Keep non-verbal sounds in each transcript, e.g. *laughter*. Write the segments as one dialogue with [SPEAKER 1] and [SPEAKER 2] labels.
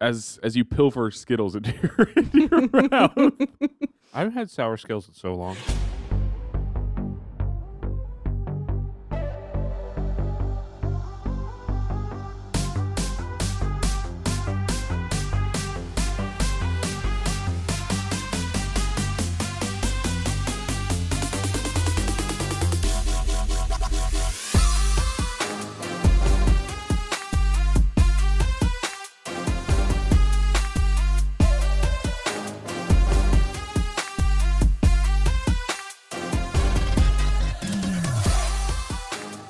[SPEAKER 1] as as you pilfer Skittles into your, *laughs* into your mouth.
[SPEAKER 2] *laughs* I haven't had sour skills in so long.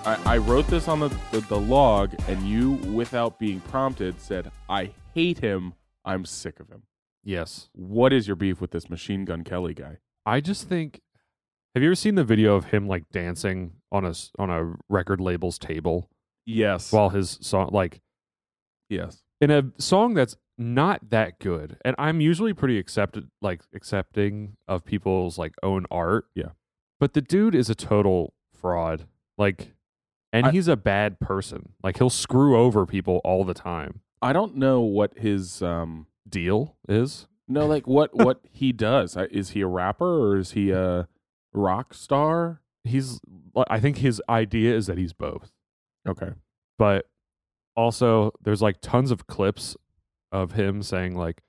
[SPEAKER 1] I, I wrote this on the, the the log, and you, without being prompted, said, "I hate him. I'm sick of him."
[SPEAKER 2] Yes.
[SPEAKER 1] What is your beef with this machine gun Kelly guy?
[SPEAKER 2] I just think. Have you ever seen the video of him like dancing on a s- on a record label's table
[SPEAKER 1] Yes.
[SPEAKER 2] while his song like
[SPEAKER 1] yes.
[SPEAKER 2] in a song that's not that good and i'm usually pretty accepted like accepting of people's like own art
[SPEAKER 1] Yeah.
[SPEAKER 2] but the dude is a total fraud like and
[SPEAKER 1] I-
[SPEAKER 2] he's a bad person like he'll screw over people all the time
[SPEAKER 1] I don't know what his um
[SPEAKER 2] deal is
[SPEAKER 1] no like what
[SPEAKER 2] *laughs*
[SPEAKER 1] what he does. I- Is he a rapper or is he a rock star?
[SPEAKER 2] he's like, i think his idea is that he's both
[SPEAKER 1] Okay.
[SPEAKER 2] but also there's like tons of clips of him saying like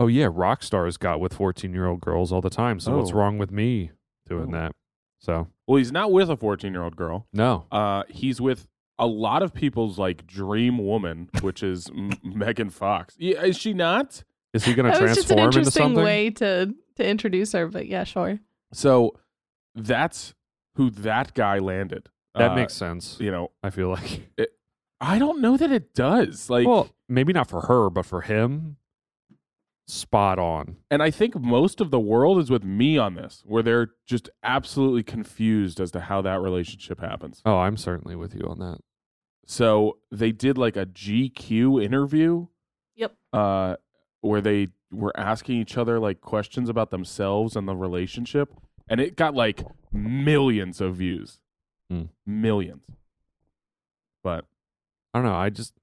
[SPEAKER 2] oh yeah rock stars got with 14 year old girls all the time so what's
[SPEAKER 1] Oh.
[SPEAKER 2] wrong with me doing
[SPEAKER 1] Oh.
[SPEAKER 2] that so
[SPEAKER 1] Well, he's not with a 14 year old girl.
[SPEAKER 2] no
[SPEAKER 1] Uh, he's with a lot of people's like dream woman, which is
[SPEAKER 2] *laughs*
[SPEAKER 1] M- Megan Fox. Yeah, is she not?
[SPEAKER 2] Is he going to
[SPEAKER 3] That was just an
[SPEAKER 2] transform into
[SPEAKER 3] interesting
[SPEAKER 2] something?
[SPEAKER 3] way to to introduce her, but yeah, sure.
[SPEAKER 1] So that's who that guy landed.
[SPEAKER 2] That
[SPEAKER 1] Uh,
[SPEAKER 2] makes sense.
[SPEAKER 1] you know.
[SPEAKER 2] I feel like.
[SPEAKER 1] I don't know that it does. Like,
[SPEAKER 2] well, maybe not for her, but for him, spot on.
[SPEAKER 1] and I think most of the world is with me on this, where they're just absolutely confused as to how that relationship happens.
[SPEAKER 2] Oh, I'm certainly with you on that.
[SPEAKER 1] So they did like a GQ interview.
[SPEAKER 3] Yep.
[SPEAKER 1] Uh, where they were asking each other like questions about themselves and the relationship, and it got like millions of views,
[SPEAKER 2] Hmm.
[SPEAKER 1] millions. But
[SPEAKER 2] I don't know. I just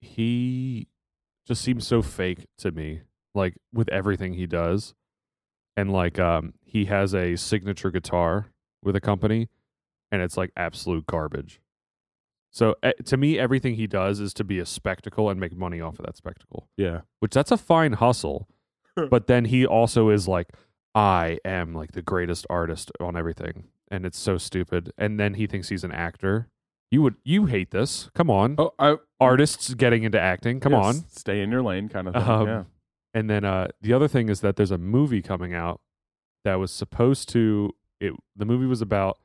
[SPEAKER 2] he just seems so fake to me. Like with everything he does, and like um, he has a signature guitar with a company, and it's like absolute garbage. So eh, to me, everything he does is to be a spectacle and make money off of that spectacle.
[SPEAKER 1] yeah,
[SPEAKER 2] which that's a fine hustle. but then he also is like, I am like the greatest artist on everything. And it's so stupid. And then he thinks he's an actor. You would you hate this. Come on.
[SPEAKER 1] oh, I
[SPEAKER 2] Artists getting into acting. Come
[SPEAKER 1] yeah,
[SPEAKER 2] on.
[SPEAKER 1] s- stay in your lane, kind of thing.
[SPEAKER 2] Um,
[SPEAKER 1] yeah,
[SPEAKER 2] And then uh, the other thing is that there's a movie coming out that was supposed to. It the movie was about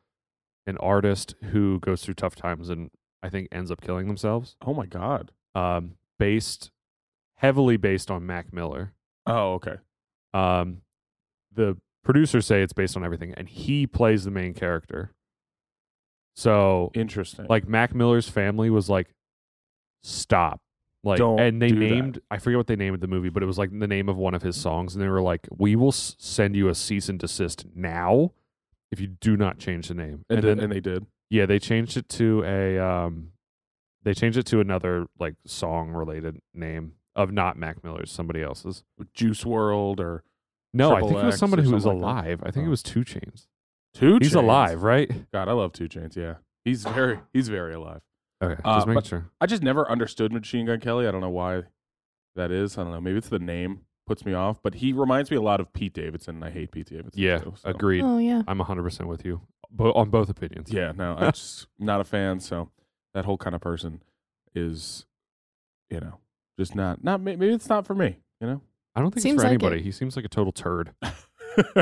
[SPEAKER 2] an artist who goes through tough times and I think ends up killing themselves.
[SPEAKER 1] oh my god,
[SPEAKER 2] Um, based heavily based on Mac Miller.
[SPEAKER 1] oh okay,
[SPEAKER 2] Um, the producers say it's based on everything, and he plays the main character. So,
[SPEAKER 1] interesting.
[SPEAKER 2] like, Mac Miller's family was like, "Stop!" Like,
[SPEAKER 1] Don't
[SPEAKER 2] and they
[SPEAKER 1] do that.
[SPEAKER 2] named I forget what they named the movie, but it was like the name of one of his songs, and they were like, "We will s- send you a cease and desist now if you do not change the name."
[SPEAKER 1] and,
[SPEAKER 2] And,
[SPEAKER 1] did-
[SPEAKER 2] then,
[SPEAKER 1] and they did.
[SPEAKER 2] yeah, they changed it to a um, they changed it to another like song related name of not Mac Miller's, somebody else's.
[SPEAKER 1] Juice World or
[SPEAKER 2] No, I
[SPEAKER 1] Triple
[SPEAKER 2] think it
[SPEAKER 1] X
[SPEAKER 2] was
[SPEAKER 1] or
[SPEAKER 2] somebody who was
[SPEAKER 1] something like that.
[SPEAKER 2] alive. I think
[SPEAKER 1] Oh.
[SPEAKER 2] it was Two Chains.
[SPEAKER 1] Two.
[SPEAKER 2] He's
[SPEAKER 1] Chainz.
[SPEAKER 2] alive, right?
[SPEAKER 1] God, I love Two Chains. Yeah,
[SPEAKER 2] *sighs*
[SPEAKER 1] he's very he's very alive.
[SPEAKER 2] Okay,
[SPEAKER 1] Uh,
[SPEAKER 2] just making
[SPEAKER 1] but-
[SPEAKER 2] sure.
[SPEAKER 1] I just never understood Machine Gun Kelly. I don't know why that is. I don't know. Maybe it's the name puts me off, but he reminds me a lot of Pete Davidson, and I hate Pete Davidson.
[SPEAKER 2] Yeah,
[SPEAKER 1] too, so.
[SPEAKER 2] agreed.
[SPEAKER 3] Oh yeah.
[SPEAKER 2] I'm 100 percent with you Bo- on both opinions.
[SPEAKER 1] Yeah, no, I'm just not a fan. So that whole kind of person is, you know, just not not may- maybe it's not for me. You know.
[SPEAKER 2] I don't think
[SPEAKER 3] Seems
[SPEAKER 2] it's for
[SPEAKER 3] like it.
[SPEAKER 2] anybody. He seems like a total turd.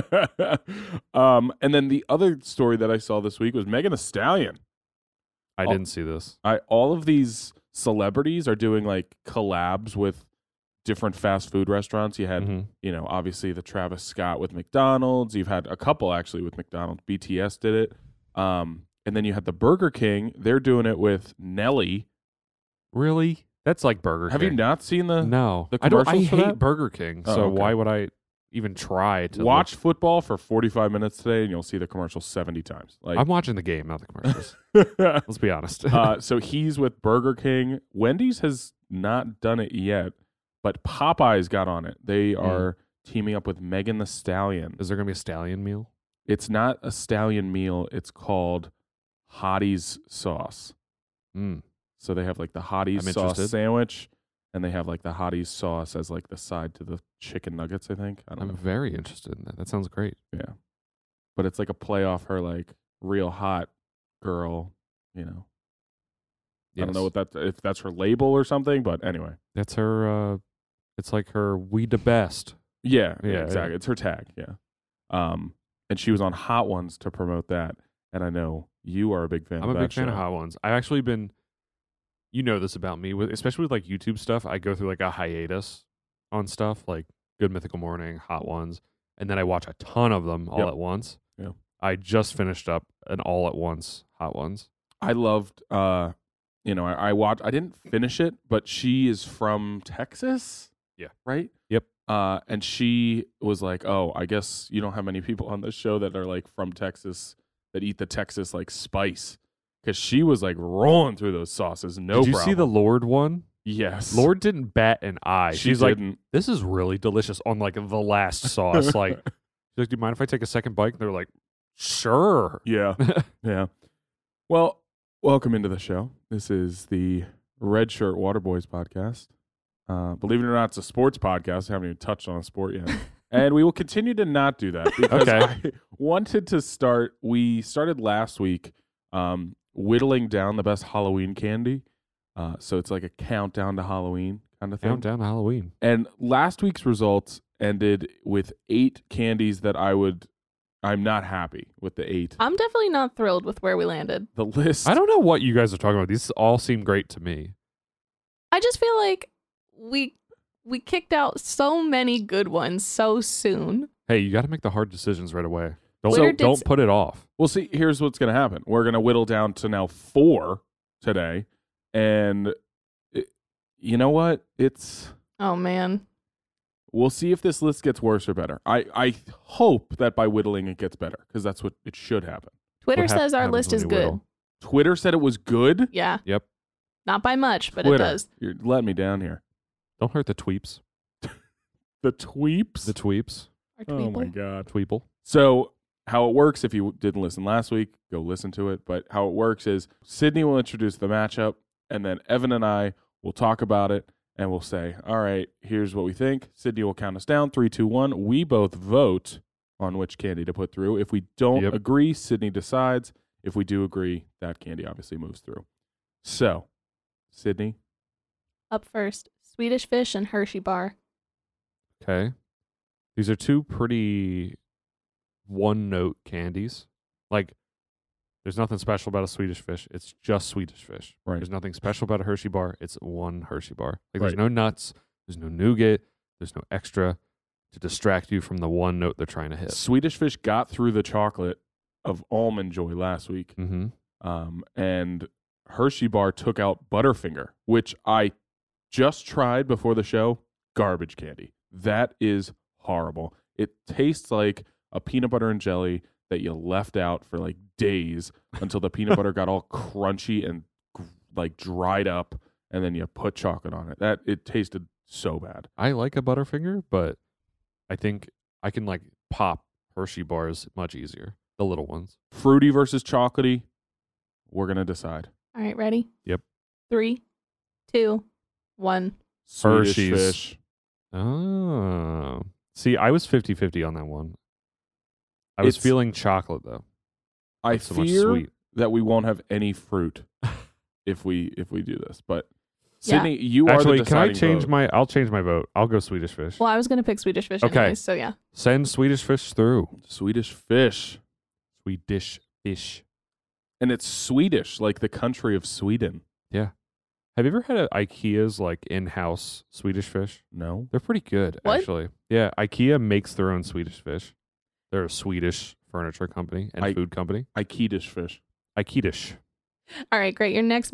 [SPEAKER 1] *laughs* um, and then the other story that I saw this week was Megan Thee Stallion.
[SPEAKER 2] I
[SPEAKER 1] Oh.
[SPEAKER 2] didn't see this.
[SPEAKER 1] I all of these celebrities are doing like collabs with different fast food restaurants. You had
[SPEAKER 2] Mhm.
[SPEAKER 1] you know, obviously the Travis Scott with McDonald's. You've had a couple actually with McDonald's. BTS did it. Um, and then you had the Burger King. They're doing it with Nelly.
[SPEAKER 2] Really? That's like Burger
[SPEAKER 1] Have you
[SPEAKER 2] King.
[SPEAKER 1] not seen the,
[SPEAKER 2] no,
[SPEAKER 1] the
[SPEAKER 2] I don't. I
[SPEAKER 1] commercials for
[SPEAKER 2] hate
[SPEAKER 1] that?
[SPEAKER 2] Burger King,
[SPEAKER 1] Oh,
[SPEAKER 2] so
[SPEAKER 1] okay.
[SPEAKER 2] why would I even try to look-
[SPEAKER 1] watch football for 45 minutes today and you'll see the commercial 70 times? Like, *laughs*
[SPEAKER 2] I'm watching the game, not the commercials. Let's be honest.
[SPEAKER 1] uh, so he's with Burger King. Wendy's has not done it yet, But Popeyes got on it. They
[SPEAKER 2] Hmm.
[SPEAKER 1] are teaming up with Megan the Stallion.
[SPEAKER 2] *laughs* Is there gonna be a stallion meal?
[SPEAKER 1] It's not a stallion meal. It's called Hottie's sauce.
[SPEAKER 2] Mm.
[SPEAKER 1] So they have like the Hottie's
[SPEAKER 2] I'm
[SPEAKER 1] sauce
[SPEAKER 2] interested.
[SPEAKER 1] sandwich, and they have like the Hottie's sauce as like the side to the chicken nuggets. I think I don't
[SPEAKER 2] I'm
[SPEAKER 1] know.
[SPEAKER 2] very interested in that. That sounds great.
[SPEAKER 1] Yeah, but it's like a play off her like real hot girl. You know, I don't know
[SPEAKER 2] Yes.
[SPEAKER 1] what that if that's her label or something, but anyway.
[SPEAKER 2] That's her. Uh, it's like her. We the best.
[SPEAKER 1] Yeah, yeah,
[SPEAKER 2] Yeah,
[SPEAKER 1] exactly.
[SPEAKER 2] yeah.
[SPEAKER 1] It's her tag. Yeah. Um, and she was on Hot Ones to promote that, and I know you are a big fan.
[SPEAKER 2] I'm a
[SPEAKER 1] of
[SPEAKER 2] big
[SPEAKER 1] that
[SPEAKER 2] fan of
[SPEAKER 1] show.
[SPEAKER 2] hot ones. I've actually been. You know this about me, with especially with like YouTube stuff. I go through like a hiatus on stuff like Good Mythical Morning, Hot Ones, and then I watch a ton of them all
[SPEAKER 1] Yep.
[SPEAKER 2] at once.
[SPEAKER 1] Yeah.
[SPEAKER 2] I just finished up an all at once Hot Ones.
[SPEAKER 1] I loved. Uh, you know, I, I watched. I didn't finish it, but she is from Texas.
[SPEAKER 2] Yeah.
[SPEAKER 1] Right.
[SPEAKER 2] Yep.
[SPEAKER 1] Uh, and she was like, "Oh, I guess you don't have many people on this show that are like from Texas that eat the Texas like spice." Because she was like rolling through those sauces, no
[SPEAKER 2] Did you
[SPEAKER 1] problem.
[SPEAKER 2] see the Lord one?
[SPEAKER 1] yes,
[SPEAKER 2] Lord didn't bat an eye.
[SPEAKER 1] She
[SPEAKER 2] She's like,
[SPEAKER 1] didn't.
[SPEAKER 2] this is really delicious on like the last sauce. like,
[SPEAKER 1] *laughs*
[SPEAKER 2] she's like, do you mind if I take a second bite? And they're like, sure. *laughs*
[SPEAKER 1] Yeah. yeah. Well, welcome into the show. This is the Red Shirt Water Boys podcast. Uh, believe it or not, it's a sports podcast. I haven't even touched on a sport
[SPEAKER 2] *laughs*
[SPEAKER 1] yet. and we will continue to not do that because
[SPEAKER 2] Okay.
[SPEAKER 1] I *laughs* wanted to start. We started last week um, whittling down the best Halloween candy. Uh, so it's like a countdown to Halloween kind of thing.
[SPEAKER 2] Countdown to Halloween.
[SPEAKER 1] And last week's results ended with eight candies that I would, I'm not happy with the eight.
[SPEAKER 3] I'm definitely not thrilled with where we landed.
[SPEAKER 1] the list.
[SPEAKER 2] I don't know what you guys are talking about. These all seem great to me.
[SPEAKER 3] I just feel like we we kicked out so many good ones so soon.
[SPEAKER 2] Hey, you got to make the hard decisions right away. Don't
[SPEAKER 3] Twitter did
[SPEAKER 2] don't
[SPEAKER 3] s-
[SPEAKER 2] put it off.
[SPEAKER 1] Well, see, here's what's going to happen. We're going to whittle down to now four today, and it, you know what? It's
[SPEAKER 3] Oh man.
[SPEAKER 1] we'll see if this list gets worse or better. I I hope that by whittling it gets better because that's what it should happen.
[SPEAKER 3] Twitter
[SPEAKER 2] What hap-
[SPEAKER 3] says our
[SPEAKER 2] happens
[SPEAKER 3] list
[SPEAKER 2] when
[SPEAKER 3] is
[SPEAKER 2] you
[SPEAKER 3] good.
[SPEAKER 2] whittle?
[SPEAKER 1] Twitter said it was good.
[SPEAKER 3] Yeah.
[SPEAKER 2] Yep.
[SPEAKER 3] Not by much, but
[SPEAKER 1] Twitter,
[SPEAKER 3] it does.
[SPEAKER 1] you're letting me down here.
[SPEAKER 2] Don't hurt the tweeps.
[SPEAKER 1] The tweeps.
[SPEAKER 2] The tweeps.
[SPEAKER 3] Our
[SPEAKER 1] oh my
[SPEAKER 3] tweeple.
[SPEAKER 1] god.
[SPEAKER 2] Tweeple.
[SPEAKER 1] So, how it works, if you didn't listen last week, go listen to it. But how it works is Sydney will introduce the matchup, and then Evan and I will talk about it, and we'll say, All right, here's what we think. Sydney will count us down three, two, one. We both vote on which candy to put through. If we don't
[SPEAKER 2] Yep.
[SPEAKER 1] agree, Sydney decides. If we do agree, that candy obviously moves through. So, Sydney,
[SPEAKER 3] Up first, Swedish Fish and Hershey Bar.
[SPEAKER 2] Okay. These are two pretty one note candies. Like, there's nothing special about a Swedish fish. It's just Swedish fish.
[SPEAKER 1] Right.
[SPEAKER 2] There's nothing special about a Hershey bar. It's one Hershey bar. Like, there's
[SPEAKER 1] Right.
[SPEAKER 2] no nuts. There's no nougat. There's no extra to distract you from the one note they're trying to hit.
[SPEAKER 1] Swedish Fish got through the chocolate of Almond Joy last week.
[SPEAKER 2] Mm-hmm.
[SPEAKER 1] um, and Hershey Bar took out Butterfinger, which I just tried before the show. Garbage candy. That is horrible. It tastes like a peanut butter and jelly that you left out for like days until the peanut
[SPEAKER 2] *laughs*
[SPEAKER 1] butter got all crunchy and gr- like dried up, and then you put chocolate on it. That it tasted so bad.
[SPEAKER 2] I like a Butterfinger, but I think I can like pop Hershey bars much easier. The little ones.
[SPEAKER 1] Fruity versus chocolatey. We're gonna decide.
[SPEAKER 3] All right, ready?
[SPEAKER 2] Yep.
[SPEAKER 3] Three, two, one.
[SPEAKER 1] Swedish
[SPEAKER 2] Hershey's.
[SPEAKER 1] fish.
[SPEAKER 2] Oh. See, I was 50 50 on that one. I was
[SPEAKER 1] It's-
[SPEAKER 2] feeling chocolate though.
[SPEAKER 1] I
[SPEAKER 2] Not so much
[SPEAKER 1] fear
[SPEAKER 2] sweet.
[SPEAKER 1] that we won't have any fruit *laughs* if we if we do this. But Sydney, you
[SPEAKER 2] Actually,
[SPEAKER 1] are the
[SPEAKER 2] can I
[SPEAKER 1] deciding
[SPEAKER 2] change
[SPEAKER 1] vote.
[SPEAKER 2] my I'll change my vote. I'll go Swedish fish.
[SPEAKER 3] Well, I was gonna pick Swedish Fish
[SPEAKER 2] Okay.
[SPEAKER 3] okay. anyways, so yeah.
[SPEAKER 2] Send Swedish fish through.
[SPEAKER 1] Swedish fish?
[SPEAKER 2] Swedish fish.
[SPEAKER 1] And it's Swedish, like the country of Sweden.
[SPEAKER 2] Have you ever had a IKEA's like in-house Swedish fish?
[SPEAKER 1] No,
[SPEAKER 2] They're pretty good,
[SPEAKER 3] What?
[SPEAKER 2] actually. Yeah, IKEA makes their own Swedish fish. They're a Swedish furniture company and
[SPEAKER 1] I-
[SPEAKER 2] food company.
[SPEAKER 1] Aikidish fish.
[SPEAKER 2] Aikidish.
[SPEAKER 3] All right, great. Your next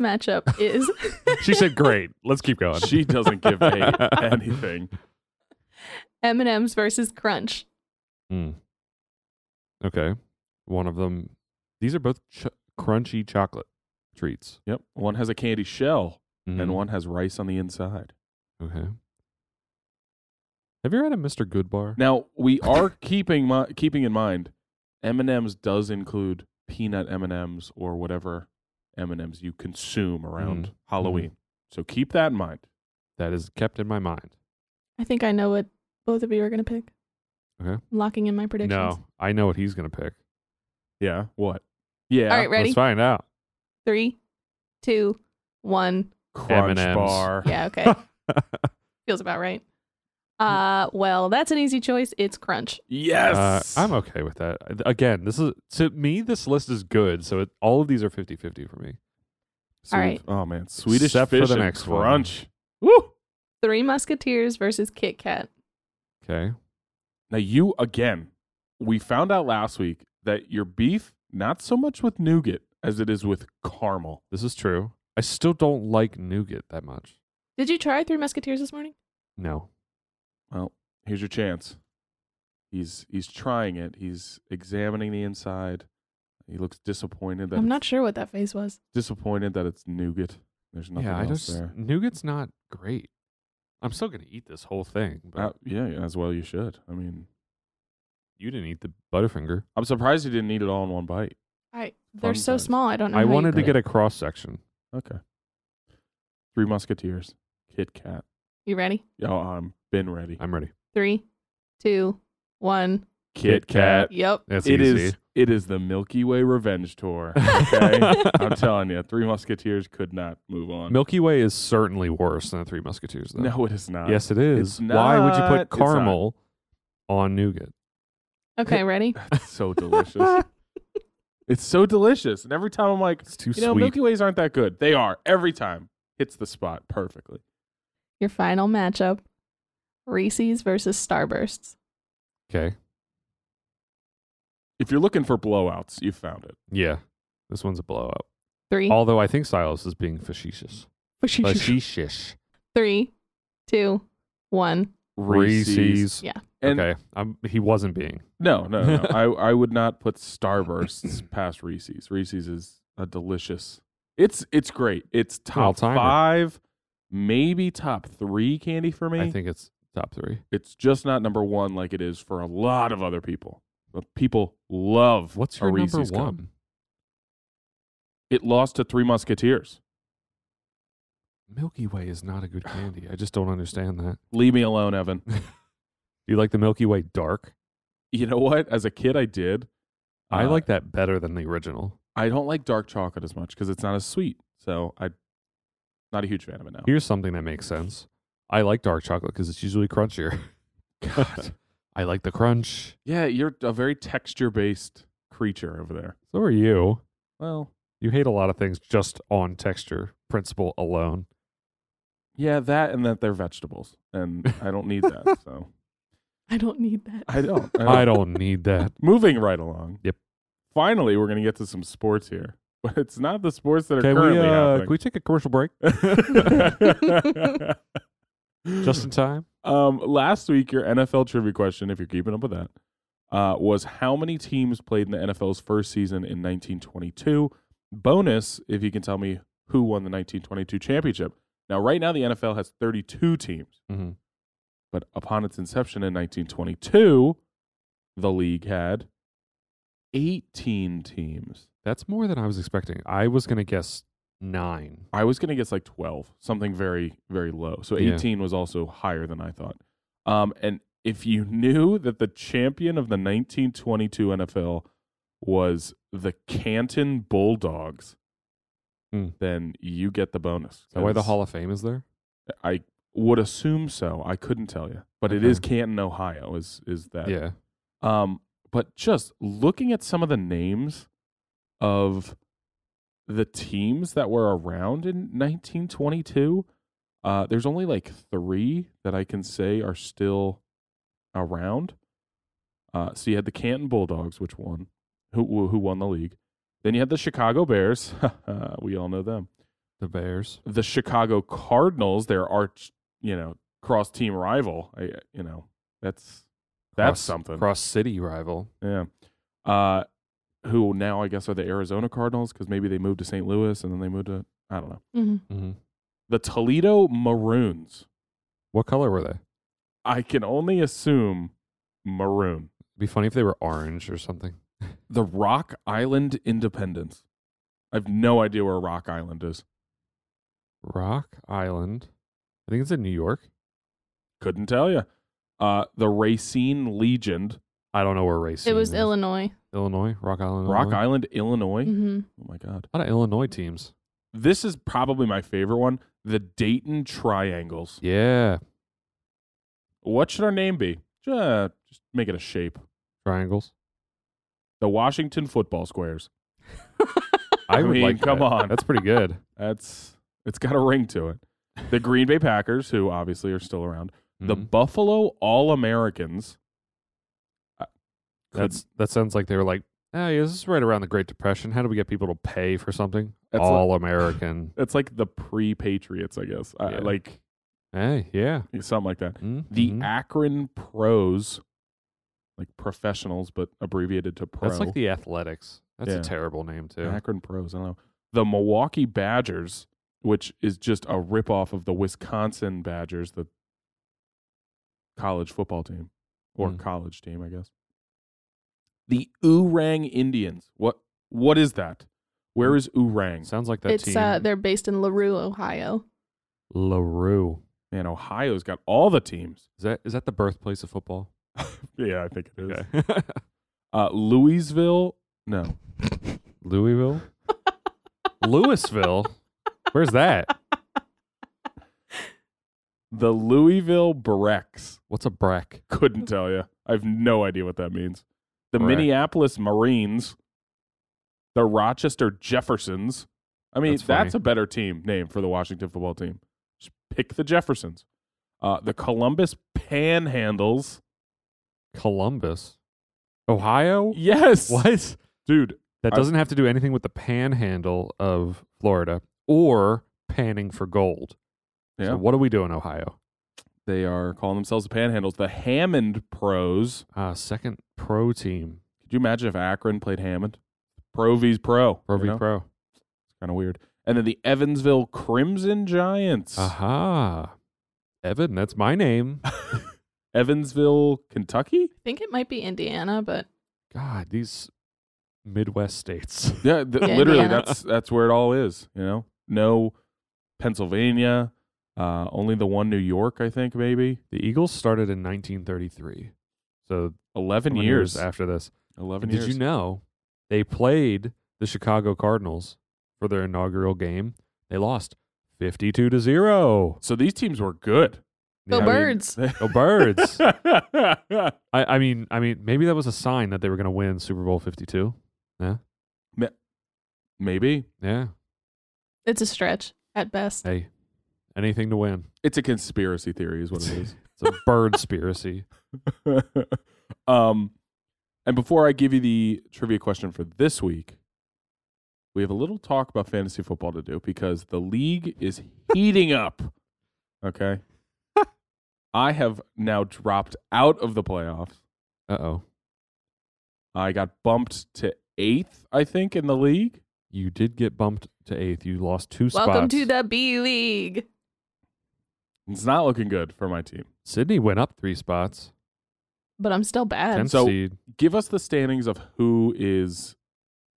[SPEAKER 2] *laughs*
[SPEAKER 3] matchup is
[SPEAKER 2] She
[SPEAKER 1] *laughs*
[SPEAKER 2] said, "Great, let's keep going."
[SPEAKER 1] She doesn't give
[SPEAKER 2] *laughs*
[SPEAKER 1] me anything.
[SPEAKER 3] M and M's versus Crunch.
[SPEAKER 2] Hmm. Okay, one of them. These are both ch- crunchy chocolate treats,
[SPEAKER 1] Yep, one has a candy shell
[SPEAKER 2] Mhm.
[SPEAKER 1] and one has rice on the inside.
[SPEAKER 2] Okay, Have you ever had a Mr. Goodbar?
[SPEAKER 1] Now we
[SPEAKER 2] *laughs*
[SPEAKER 1] are keeping mi- keeping in mind M and M's does include peanut M and M's or whatever M and M's you consume around
[SPEAKER 2] Mm.
[SPEAKER 1] Halloween.
[SPEAKER 2] Mm-hmm.
[SPEAKER 1] So keep that in mind.
[SPEAKER 2] That is kept in my mind.
[SPEAKER 3] I think I know what both of you are going to pick.
[SPEAKER 2] Okay.
[SPEAKER 3] I'm locking in my predictions.
[SPEAKER 2] No, I know what he's gonna pick.
[SPEAKER 1] Yeah. What? Yeah.
[SPEAKER 3] All right, ready?
[SPEAKER 2] Let's find out.
[SPEAKER 3] Three, two, one.
[SPEAKER 1] Crunch
[SPEAKER 2] M&Ms.
[SPEAKER 1] bar.
[SPEAKER 2] *laughs*
[SPEAKER 3] Yeah, okay. Feels about right. Uh, well, that's an easy choice. It's crunch.
[SPEAKER 2] Uh,
[SPEAKER 1] Yes.
[SPEAKER 2] I'm okay with that. Again, this is to me. This list is good. So it, all of these are 50-50 for me.
[SPEAKER 3] All right.
[SPEAKER 1] Oh man, Swedish
[SPEAKER 2] Except for
[SPEAKER 1] fish
[SPEAKER 2] the
[SPEAKER 1] and
[SPEAKER 2] next one.
[SPEAKER 1] crunch. Woo!
[SPEAKER 3] Three Musketeers versus Kit Kat.
[SPEAKER 2] Okay.
[SPEAKER 1] Now you again. We found out last week that your beef not so much with nougat as it is with caramel.
[SPEAKER 2] This is true. I still don't like nougat that much.
[SPEAKER 3] Did you try Three Musketeers this morning?
[SPEAKER 2] No.
[SPEAKER 1] Well, here's your chance. He's he's trying it. He's examining the inside. He looks disappointed that
[SPEAKER 3] I'm
[SPEAKER 1] it's-
[SPEAKER 3] not sure what that face was.
[SPEAKER 1] disappointed that it's nougat. There's nothing
[SPEAKER 2] yeah, I
[SPEAKER 1] else
[SPEAKER 2] just
[SPEAKER 1] there.
[SPEAKER 2] nougat's not great. I'm still gonna eat this whole thing, but
[SPEAKER 1] Uh, yeah, as well you should. I mean,
[SPEAKER 2] you didn't eat the butterfinger.
[SPEAKER 1] I'm surprised you didn't eat it all in one bite.
[SPEAKER 3] I
[SPEAKER 1] Fun
[SPEAKER 3] they're so
[SPEAKER 1] size.
[SPEAKER 3] small. I don't know.
[SPEAKER 2] I
[SPEAKER 3] how you
[SPEAKER 2] wanted to
[SPEAKER 3] put it.
[SPEAKER 2] get a cross section.
[SPEAKER 1] Okay. Three Musketeers, Kit Kat.
[SPEAKER 3] You ready?
[SPEAKER 1] Oh, I'm been ready.
[SPEAKER 2] I'm ready.
[SPEAKER 3] Three, two, one.
[SPEAKER 2] Kit Kat.
[SPEAKER 3] Yep.
[SPEAKER 2] That's
[SPEAKER 1] It
[SPEAKER 2] easy.
[SPEAKER 1] is. It is the Milky Way Revenge Tour.
[SPEAKER 2] *laughs*
[SPEAKER 1] Okay, I'm telling you, Three Musketeers could not move on.
[SPEAKER 2] Milky Way is certainly worse than the Three Musketeers, though.
[SPEAKER 1] no, it is not.
[SPEAKER 2] yes, it
[SPEAKER 1] It's
[SPEAKER 2] is. Why would you
[SPEAKER 1] not.
[SPEAKER 2] put
[SPEAKER 1] It's not.
[SPEAKER 2] caramel on nougat? *laughs*
[SPEAKER 3] Okay, ready?
[SPEAKER 1] It's so delicious. it's so delicious. And every time I'm like,
[SPEAKER 2] It's too
[SPEAKER 1] you know,
[SPEAKER 2] sweet.
[SPEAKER 1] Milky Ways aren't that good. They are. Every time. Hits the spot perfectly.
[SPEAKER 3] Your final matchup: Reese's versus Starbursts.
[SPEAKER 2] okay.
[SPEAKER 1] If you're looking for blowouts, you found it.
[SPEAKER 2] Yeah. This one's a blowout.
[SPEAKER 3] Three,
[SPEAKER 2] Although I think Silas is being facetious. facetious.
[SPEAKER 3] three, two, one.
[SPEAKER 2] Reese's.
[SPEAKER 3] Yeah.
[SPEAKER 1] And
[SPEAKER 2] okay. I'm, he wasn't being.
[SPEAKER 1] no, no,
[SPEAKER 2] *laughs*
[SPEAKER 1] no. I, I would not put
[SPEAKER 2] *clears throat*
[SPEAKER 1] Starbursts past Reese's. Reese's is a delicious. It's it's great. It's top
[SPEAKER 2] All-timer.
[SPEAKER 1] five, maybe top three candy for me.
[SPEAKER 2] I think it's top three.
[SPEAKER 1] it's just not number one like it is for a lot of other people. But people love
[SPEAKER 2] What's
[SPEAKER 1] a
[SPEAKER 2] your number
[SPEAKER 1] Reese's cup.
[SPEAKER 2] one?
[SPEAKER 1] It lost to Three Musketeers.
[SPEAKER 2] Milky Way is not
[SPEAKER 1] *sighs*
[SPEAKER 2] a good candy. I just don't understand that.
[SPEAKER 1] Leave me alone, Evan.
[SPEAKER 2] Do you like the Milky Way dark?
[SPEAKER 1] You know what? As a kid, I did.
[SPEAKER 2] I
[SPEAKER 1] Uh,
[SPEAKER 2] like that better than the original.
[SPEAKER 1] I don't like dark chocolate as much because it's not as sweet. So I, not a huge fan of it now.
[SPEAKER 2] Here's something that makes sense. I like dark chocolate because it's usually
[SPEAKER 1] *laughs*
[SPEAKER 2] crunchier.
[SPEAKER 1] God.
[SPEAKER 2] I like the crunch.
[SPEAKER 1] yeah, you're a very texture based creature over there.
[SPEAKER 2] So are you.
[SPEAKER 1] Well,
[SPEAKER 2] You hate a lot of things just on texture principle alone.
[SPEAKER 1] yeah, that and that they're vegetables,
[SPEAKER 2] *laughs*
[SPEAKER 1] and I don't need that. So
[SPEAKER 3] I don't need that.
[SPEAKER 1] I don't. I don't.
[SPEAKER 2] I don't need that.
[SPEAKER 1] *laughs* Moving right along.
[SPEAKER 2] Yep.
[SPEAKER 1] Finally, we're gonna get to some sports here, *laughs* but it's not the sports that are
[SPEAKER 2] Can we,
[SPEAKER 1] currently
[SPEAKER 2] uh, can
[SPEAKER 1] happening.
[SPEAKER 2] we take a commercial
[SPEAKER 1] *clears throat*
[SPEAKER 2] break
[SPEAKER 1] *laughs*
[SPEAKER 2] *laughs* just in time?
[SPEAKER 1] Um, last week, your NFL trivia question, if you're keeping up with that, uh, was how many teams played in the NFL's first season in 1922? Bonus, if you can tell me who won the 1922 championship. Now, right now, the NFL has 32 teams,
[SPEAKER 2] Mm-hmm.
[SPEAKER 1] but upon its inception in 1922, the league had 18 teams.
[SPEAKER 2] That's more than I was expecting. I was going to guess nine.
[SPEAKER 1] I was gonna guess like twelve, something very, very low. So
[SPEAKER 2] Yeah.
[SPEAKER 1] eighteen was also higher than I thought. Um, and if you knew that the champion of the 1922 NFL was the Canton Bulldogs,
[SPEAKER 2] Hmm.
[SPEAKER 1] then you get the bonus.
[SPEAKER 2] Is that why the
[SPEAKER 1] That's-
[SPEAKER 2] Hall of Fame is there?
[SPEAKER 1] I would assume so. I couldn't tell you, but it
[SPEAKER 2] Okay.
[SPEAKER 1] is Canton, Ohio. Is is that?
[SPEAKER 2] Yeah.
[SPEAKER 1] Um, but just looking at some of the names of the teams that were around in 1922, uh, there's only like three that I can say are still around. Uh, so you had the Canton Bulldogs, which won, who- who who won the league. Then you had the Chicago Bears. *laughs* we all know them.
[SPEAKER 2] The Bears.
[SPEAKER 1] The Chicago Cardinals, their arch, you know, cross team rival. I, you know, that's that's
[SPEAKER 2] Cross-
[SPEAKER 1] something.
[SPEAKER 2] Cross city rival.
[SPEAKER 1] Yeah. Uh, who now I guess are the Arizona Cardinals because maybe they moved to St. Louis and then they moved to I don't know
[SPEAKER 3] Mhm.
[SPEAKER 2] Mm-hmm.
[SPEAKER 1] the Toledo Maroons.
[SPEAKER 2] What color were they?
[SPEAKER 1] I can only assume maroon.
[SPEAKER 2] be funny if they were orange or something.
[SPEAKER 1] The Rock Island Independence. I have no idea where Rock Island is.
[SPEAKER 2] Rock Island. I think it's in New York.
[SPEAKER 1] Couldn't tell you. Uh, the Racine Legion,
[SPEAKER 2] I don't know where race.
[SPEAKER 3] It was Illinois.
[SPEAKER 2] Illinois. Rock Island.
[SPEAKER 1] Rock
[SPEAKER 2] Illinois.
[SPEAKER 1] Island, Illinois.
[SPEAKER 3] hmm
[SPEAKER 1] Oh my God.
[SPEAKER 2] A lot of Illinois teams.
[SPEAKER 1] This is probably my favorite one. The Dayton Triangles.
[SPEAKER 2] Yeah.
[SPEAKER 1] What should our name be? Ju- Just make it a shape.
[SPEAKER 2] Triangles.
[SPEAKER 1] The Washington Football
[SPEAKER 2] *laughs*
[SPEAKER 1] Squares.
[SPEAKER 2] I,
[SPEAKER 1] I
[SPEAKER 2] would
[SPEAKER 1] mean,
[SPEAKER 2] like
[SPEAKER 1] come
[SPEAKER 2] that.
[SPEAKER 1] on.
[SPEAKER 2] That's pretty good.
[SPEAKER 1] That's it's got a ring to it. The Green Bay Packers, who obviously are still around. The
[SPEAKER 2] Mhm.
[SPEAKER 1] Buffalo All Americans.
[SPEAKER 2] That's that sounds like they were like, oh, yeah, this is right around the Great Depression. How do we get people to pay for something?
[SPEAKER 1] That's a-
[SPEAKER 2] All American.
[SPEAKER 1] It's like the pre Patriots, I guess. I-
[SPEAKER 2] Yeah.
[SPEAKER 1] like
[SPEAKER 2] hey, yeah.
[SPEAKER 1] something like that.
[SPEAKER 2] Mhm.
[SPEAKER 1] The Akron Pros, like professionals, but abbreviated to pro.
[SPEAKER 2] that's like the Athletics. That's
[SPEAKER 1] Yeah.
[SPEAKER 2] a terrible name too.
[SPEAKER 1] Akron Pros. I don't know. The Milwaukee Badgers, which is just a ripoff of the Wisconsin Badgers, the college football team or
[SPEAKER 2] Mm.
[SPEAKER 1] college team, I guess. The Oorang Indians. What what is that? Where is Oorang?
[SPEAKER 2] Sounds like that
[SPEAKER 3] It's
[SPEAKER 2] team.
[SPEAKER 3] uh, they're based in Larue, Ohio.
[SPEAKER 2] Larue.
[SPEAKER 1] Man, Ohio's got all the teams.
[SPEAKER 2] Is that is that the birthplace of football?
[SPEAKER 1] Yeah, I think it is.
[SPEAKER 2] Okay.
[SPEAKER 1] Uh, Louisville. No,
[SPEAKER 2] *laughs* Louisville? Louisville? Where's that?
[SPEAKER 1] the Louisville Brex.
[SPEAKER 2] What's a breck?
[SPEAKER 1] Couldn't tell you. I have no idea what that means. The
[SPEAKER 2] Breck.
[SPEAKER 1] Minneapolis Marines. The Rochester Jeffersons. I mean,
[SPEAKER 2] That's
[SPEAKER 1] that's, a
[SPEAKER 2] funny.
[SPEAKER 1] better team name for the Washington football team. Just pick the Jeffersons. Uh, the Columbus Panhandles.
[SPEAKER 2] Columbus? Ohio?
[SPEAKER 1] Yes.
[SPEAKER 2] What?
[SPEAKER 1] Dude,
[SPEAKER 2] That
[SPEAKER 1] I-
[SPEAKER 2] doesn't have to do anything with the panhandle of Florida or panning for gold.
[SPEAKER 1] Yeah.
[SPEAKER 2] So what do we do in Ohio?
[SPEAKER 1] they are calling themselves the Panhandles. The Hammond Pros.
[SPEAKER 2] Uh, second pro team.
[SPEAKER 1] Could you imagine if Akron played Hammond? Pro V's Pro.
[SPEAKER 2] Pro
[SPEAKER 1] you
[SPEAKER 2] v
[SPEAKER 1] know?
[SPEAKER 2] pro.
[SPEAKER 1] kind of weird. And then the Evansville Crimson Giants,
[SPEAKER 2] Aha. Evan, that's my
[SPEAKER 1] *laughs*
[SPEAKER 2] name.
[SPEAKER 1] Evansville, Kentucky.
[SPEAKER 3] I think it might be Indiana, but
[SPEAKER 2] God, these Midwest states.
[SPEAKER 1] Yeah, th-
[SPEAKER 3] Yeah,
[SPEAKER 1] literally,
[SPEAKER 3] Indiana.
[SPEAKER 1] that's that's where it all is. You know, no Pennsylvania, uh, only the one New York, I think, maybe
[SPEAKER 2] The Eagles started in 1933. So
[SPEAKER 1] eleven
[SPEAKER 2] how many
[SPEAKER 1] years.
[SPEAKER 2] after this.
[SPEAKER 1] Eleven
[SPEAKER 2] And
[SPEAKER 1] years.
[SPEAKER 2] Did you know they played the Chicago Cardinals for their inaugural game? They lost 52 to 0.
[SPEAKER 1] So these teams were good.
[SPEAKER 3] go
[SPEAKER 2] I mean,
[SPEAKER 3] birds.
[SPEAKER 2] go Birds.
[SPEAKER 1] Ma-
[SPEAKER 2] I, I mean, I mean, maybe that was a sign that they were going to win Super Bowl 52.
[SPEAKER 1] *laughs* maybe
[SPEAKER 2] Yeah.
[SPEAKER 3] it's a stretch at best.
[SPEAKER 2] Hey, anything to win.
[SPEAKER 1] it's a conspiracy theory, is what it is.
[SPEAKER 2] It's a birdspiracy.
[SPEAKER 1] *laughs* um, and before I give you the trivia question for this week, we have a little talk about fantasy football to do because the league is *laughs* heating up. Okay. I have now dropped out of the playoffs.
[SPEAKER 2] Uh oh.
[SPEAKER 1] I got bumped to eighth, I think, in the league.
[SPEAKER 2] You did get bumped to eighth. You lost two
[SPEAKER 3] Welcome
[SPEAKER 2] spots.
[SPEAKER 3] to the B League.
[SPEAKER 1] It's not looking good for my team.
[SPEAKER 2] Sydney went up three spots.
[SPEAKER 3] But I'm still
[SPEAKER 2] Ten
[SPEAKER 3] bad.
[SPEAKER 1] so-
[SPEAKER 2] seed.
[SPEAKER 1] Give us the standings of who is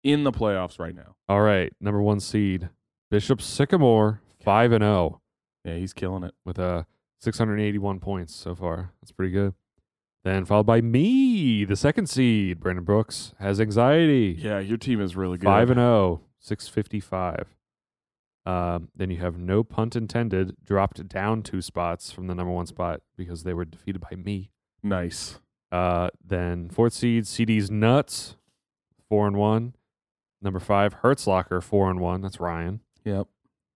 [SPEAKER 1] in the playoffs right now.
[SPEAKER 2] All right. Number one seed, Bishop Sycamore, 5 and oh. 0.
[SPEAKER 1] Yeah, he's killing it.
[SPEAKER 2] with uh 681 points so far. That's pretty good. Then followed by me, the second seed, Brandon Brooks has anxiety.
[SPEAKER 1] Yeah, your team is really good.
[SPEAKER 2] Five and oh, 655. Um, then you have no punt intended, dropped down two spots from the number one spot because they were defeated by me.
[SPEAKER 1] Nice.
[SPEAKER 2] Uh, then fourth seed, CD's nuts, four and one. Number five, Hertzlocker, four and one. That's Ryan.
[SPEAKER 1] Yep.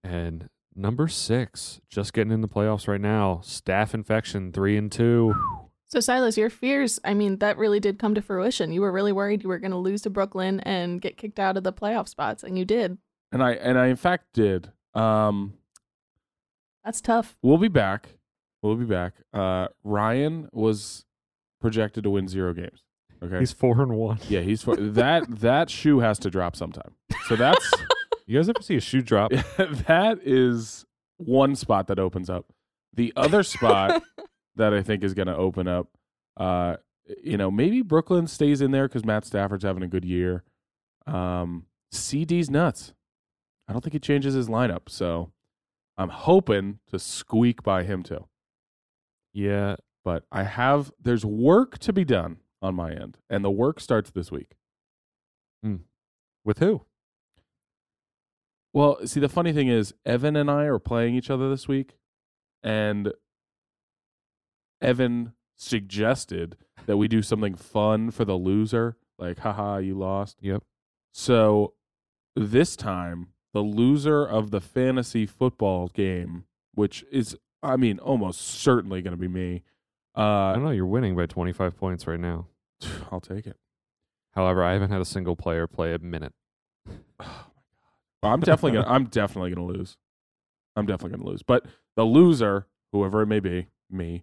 [SPEAKER 2] And number six, just getting in the playoffs right now, staff infection three and two.
[SPEAKER 3] So Silas, your fears, I mean, that really did come to fruition. You were really worried you were going to lose to Brooklyn and get kicked out of the playoff spots, and you did.
[SPEAKER 1] and I and I in fact did. Um,
[SPEAKER 3] That's tough.
[SPEAKER 1] we'll be back. We'll be back. Uh, Ryan was projected to win zero games. Okay.
[SPEAKER 2] He's four and one.
[SPEAKER 1] yeah, he's fu- that that shoe has to drop sometime. So that's
[SPEAKER 2] You guys ever see a
[SPEAKER 1] *laughs*
[SPEAKER 2] shoe drop?
[SPEAKER 1] that is one spot that opens up. The other spot that I think is going to open up. Uh, you know, maybe Brooklyn stays in there because Matt Stafford's having a good year. Um, CD's nuts. I don't think he changes his lineup, so I'm hoping to squeak by him too.
[SPEAKER 2] Yeah.
[SPEAKER 1] But I have there's work to be done on my end, and the work starts this week.
[SPEAKER 2] With who?
[SPEAKER 1] Well, see, the funny thing is, Evan and I are playing each other this week, and Evan suggested that we do something fun for the loser, like, haha, you lost.
[SPEAKER 2] Yep.
[SPEAKER 1] So this time, the loser of the fantasy football game, which is, I mean, almost certainly going to be me,
[SPEAKER 2] I
[SPEAKER 1] uh,
[SPEAKER 2] don't know. You're winning by 25 points right now.
[SPEAKER 1] I'll take it.
[SPEAKER 2] However, I haven't had a single player play a minute.
[SPEAKER 1] I'm definitely
[SPEAKER 2] *laughs*
[SPEAKER 1] gonna. I'm definitely gonna lose. I'm definitely gonna lose. But the loser, whoever it may be, me,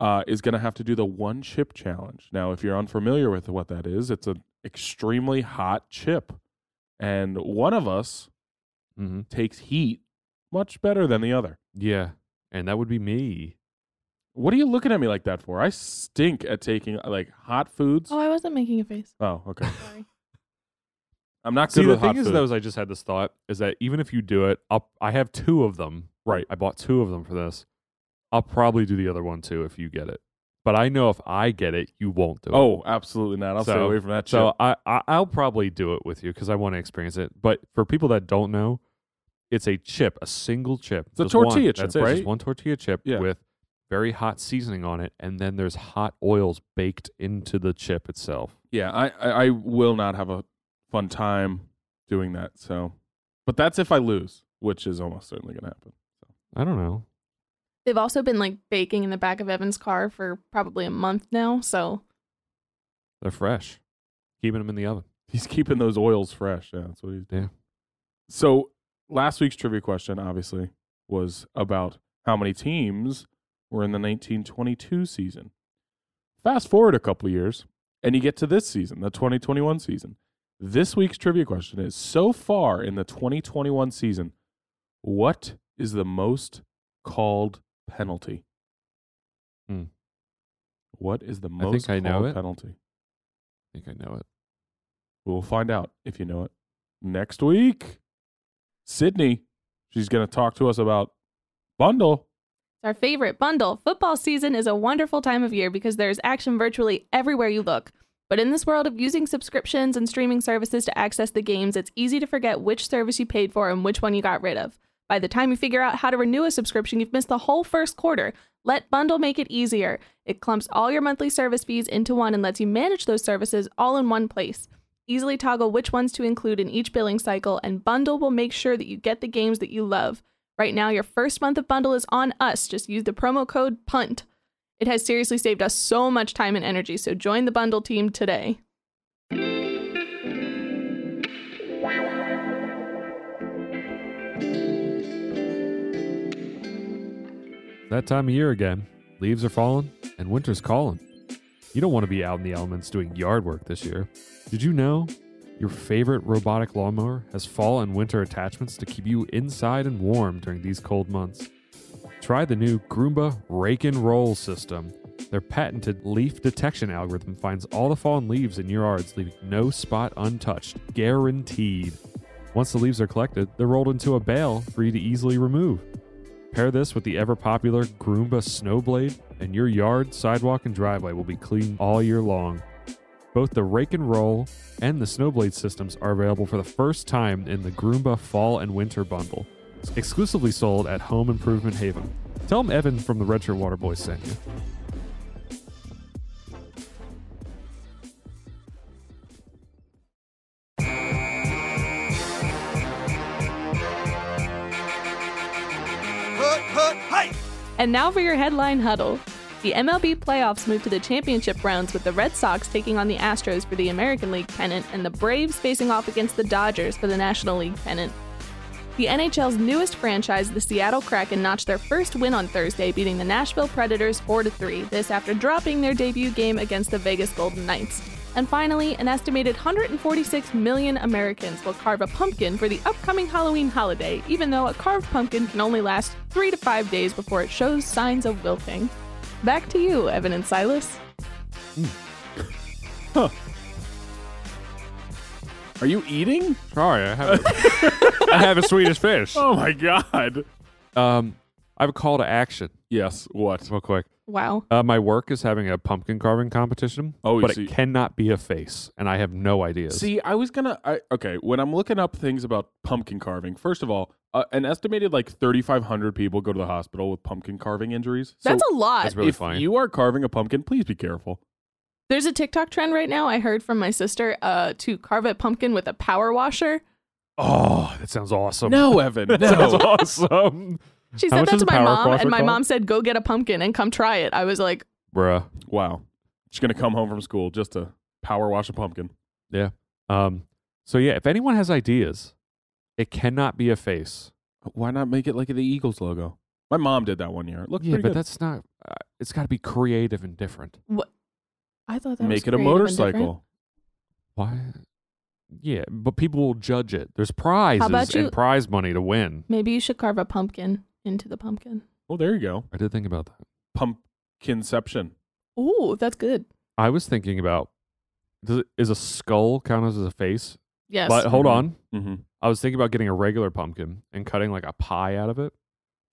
[SPEAKER 1] uh, is gonna have to do the one chip challenge. Now, if you're unfamiliar with what that is, it's an extremely hot chip, and one of us
[SPEAKER 2] Mm-hmm.
[SPEAKER 1] takes heat much better than the other.
[SPEAKER 2] Yeah. And that would be me.
[SPEAKER 1] What are you looking at me like that for? I stink at taking like hot foods.
[SPEAKER 3] Oh, I wasn't making a face.
[SPEAKER 1] Oh, okay.
[SPEAKER 3] Sorry.
[SPEAKER 1] I'm not
[SPEAKER 2] See,
[SPEAKER 1] good
[SPEAKER 2] the
[SPEAKER 1] with hot
[SPEAKER 2] thing is,
[SPEAKER 1] food.
[SPEAKER 2] though, is I just had this thought is that even if you do it, I'll, I have two of them.
[SPEAKER 1] Right.
[SPEAKER 2] I bought two of them for this. I'll probably do the other one too if you get it. But I know if I get it, you won't do it.
[SPEAKER 1] oh, absolutely not. I'll stay
[SPEAKER 2] So-
[SPEAKER 1] away from that. chip.
[SPEAKER 2] So I, I I'll probably do it with you because I want to experience it. But for people that don't know, it's a chip, a single chip.
[SPEAKER 1] It's a
[SPEAKER 2] Just one.
[SPEAKER 1] tortilla chip,
[SPEAKER 2] That's it,
[SPEAKER 1] right?
[SPEAKER 2] Just one tortilla chip
[SPEAKER 1] Yeah.
[SPEAKER 2] with very hot seasoning on it, and then there's hot oils baked into the chip itself.
[SPEAKER 1] yeah I, I i will not have a fun time doing that so but that's if i lose which is almost certainly going to happen
[SPEAKER 2] I don't know.
[SPEAKER 3] They've also been like baking in the back of Evan's car for probably a month now. So
[SPEAKER 2] They're fresh. Keeping them in the oven.
[SPEAKER 1] he's keeping those oils fresh yeah that's what he's doing
[SPEAKER 2] Yeah.
[SPEAKER 1] so last week's trivia question obviously was about how many teams were in the 1922 season fast forward a couple years and you get to this season the 2021 season this week's trivia question is so far in the 2021 season what is the most called penalty
[SPEAKER 2] Hmm.
[SPEAKER 1] what is the
[SPEAKER 2] think
[SPEAKER 1] most
[SPEAKER 2] I know
[SPEAKER 1] called
[SPEAKER 2] it.
[SPEAKER 1] penalty
[SPEAKER 2] I think I know it.
[SPEAKER 1] We'll find out if you know it next week. Sydney, she's going to talk to us about bundle.
[SPEAKER 3] It's our favorite bundle. Football season is a wonderful time of year because there is action virtually everywhere you look. But in this world of using subscriptions and streaming services to access the games, it's easy to forget which service you paid for and which one you got rid of. By the time you figure out how to renew a subscription, you've missed the whole first quarter. Let Bundle make it easier. It clumps all your monthly service fees into one and lets you manage those services all in one place. Easily toggle which ones to include in each billing cycle, and Bundle will make sure that you get the games that you love. Right now, your first month of bundle is on us. Just use the promo code PUNT. It has seriously saved us so much time and energy, so join the bundle team today.
[SPEAKER 2] That time of year again. Leaves are falling and winter's calling. You don't want to be out in the elements doing yard work this year. Did you know your favorite robotic lawnmower has fall and winter attachments to keep you inside and warm during these cold months? Try the new Groomba Rake and Roll system. Their patented leaf detection algorithm finds all the fallen leaves in your yards, leaving no spot untouched, guaranteed. Once the leaves are collected, they're rolled into a bale for you to easily remove. Pair this with the ever popular Groomba Snowblade, and your yard, sidewalk, and driveway will be clean all year long. Both the rake and roll and the Snowblade systems are available for the first time in the Groomba Fall and Winter Bundle, exclusively sold at Home Improvement Haven. Tell them Evan from the Redshirt Water Boys sent you.
[SPEAKER 4] Hood, hood, hey!
[SPEAKER 3] And now for your headline huddle. The MLB playoffs moved to the championship rounds with the Red Sox taking on the Astros for the American League pennant and the Braves facing off against the Dodgers for the National League pennant. The NHL's newest franchise, the Seattle Kraken, notched their first win on Thursday, beating the Nashville Predators 4 3, this after dropping their debut game against the Vegas Golden Knights. And finally, an estimated 146 million Americans will carve a pumpkin for the upcoming Halloween holiday, even though a carved pumpkin can only last three to five days before it shows signs of wilting. Back to you, Evan and Silas.
[SPEAKER 1] Are you eating?
[SPEAKER 2] Sorry, I have a, I have a Swedish *laughs* fish.
[SPEAKER 1] Oh my god.
[SPEAKER 2] Um, I have a call to action
[SPEAKER 1] Yes. What?
[SPEAKER 2] real quick.
[SPEAKER 3] Wow.
[SPEAKER 2] Uh, my work is having a pumpkin carving competition,
[SPEAKER 1] Oh,
[SPEAKER 2] but
[SPEAKER 1] so you-
[SPEAKER 2] it cannot be a face, and I have no ideas.
[SPEAKER 1] See, I was gonna. I, okay, when I'm looking up things about pumpkin carving, first of all, uh, an estimated like 3,500 people go to the hospital with pumpkin carving injuries. So
[SPEAKER 3] That's a lot.
[SPEAKER 2] that's really
[SPEAKER 1] if
[SPEAKER 2] funny.
[SPEAKER 1] you are carving a pumpkin, please be careful.
[SPEAKER 3] There's a TikTok trend right now I heard from my sister uh, to carve a pumpkin with a power washer.
[SPEAKER 2] oh, that sounds awesome.
[SPEAKER 1] No, Evan.
[SPEAKER 2] *laughs* Sounds
[SPEAKER 1] No.
[SPEAKER 2] awesome,
[SPEAKER 3] She
[SPEAKER 2] How
[SPEAKER 3] said
[SPEAKER 2] much
[SPEAKER 3] that
[SPEAKER 2] does
[SPEAKER 3] to
[SPEAKER 2] a
[SPEAKER 3] my
[SPEAKER 2] power
[SPEAKER 3] mom,
[SPEAKER 2] washer
[SPEAKER 3] and my
[SPEAKER 2] cost?
[SPEAKER 3] mom said, go get a pumpkin and come try it. I was like,
[SPEAKER 2] bruh.
[SPEAKER 1] wow. She's gonna come home from school just to power wash a pumpkin.
[SPEAKER 2] Um, so yeah, if anyone has ideas, it cannot be a face.
[SPEAKER 1] Why not make it like the Eagles logo? My mom did that one year. It looked
[SPEAKER 2] yeah,
[SPEAKER 1] pretty
[SPEAKER 2] but
[SPEAKER 1] good.
[SPEAKER 2] that's not. Uh, it's got to be creative and different.
[SPEAKER 3] what? I thought that was
[SPEAKER 1] make it a
[SPEAKER 3] creative and different.
[SPEAKER 1] motorcycle.
[SPEAKER 2] Why? Yeah, but people will judge it. There's prizes
[SPEAKER 3] about you-
[SPEAKER 2] and prize money to win.
[SPEAKER 3] Maybe you should carve a pumpkin into the pumpkin.
[SPEAKER 1] Well, there you go.
[SPEAKER 2] I did think about that.
[SPEAKER 1] Pumpkinception.
[SPEAKER 3] Ooh, that's good.
[SPEAKER 2] I was thinking about does it, is a skull count as a face?
[SPEAKER 3] Yes.
[SPEAKER 2] But hold
[SPEAKER 1] Mhm.
[SPEAKER 2] on,
[SPEAKER 1] Mm-hmm.
[SPEAKER 2] I was thinking about getting a regular pumpkin and cutting like a pie out of it,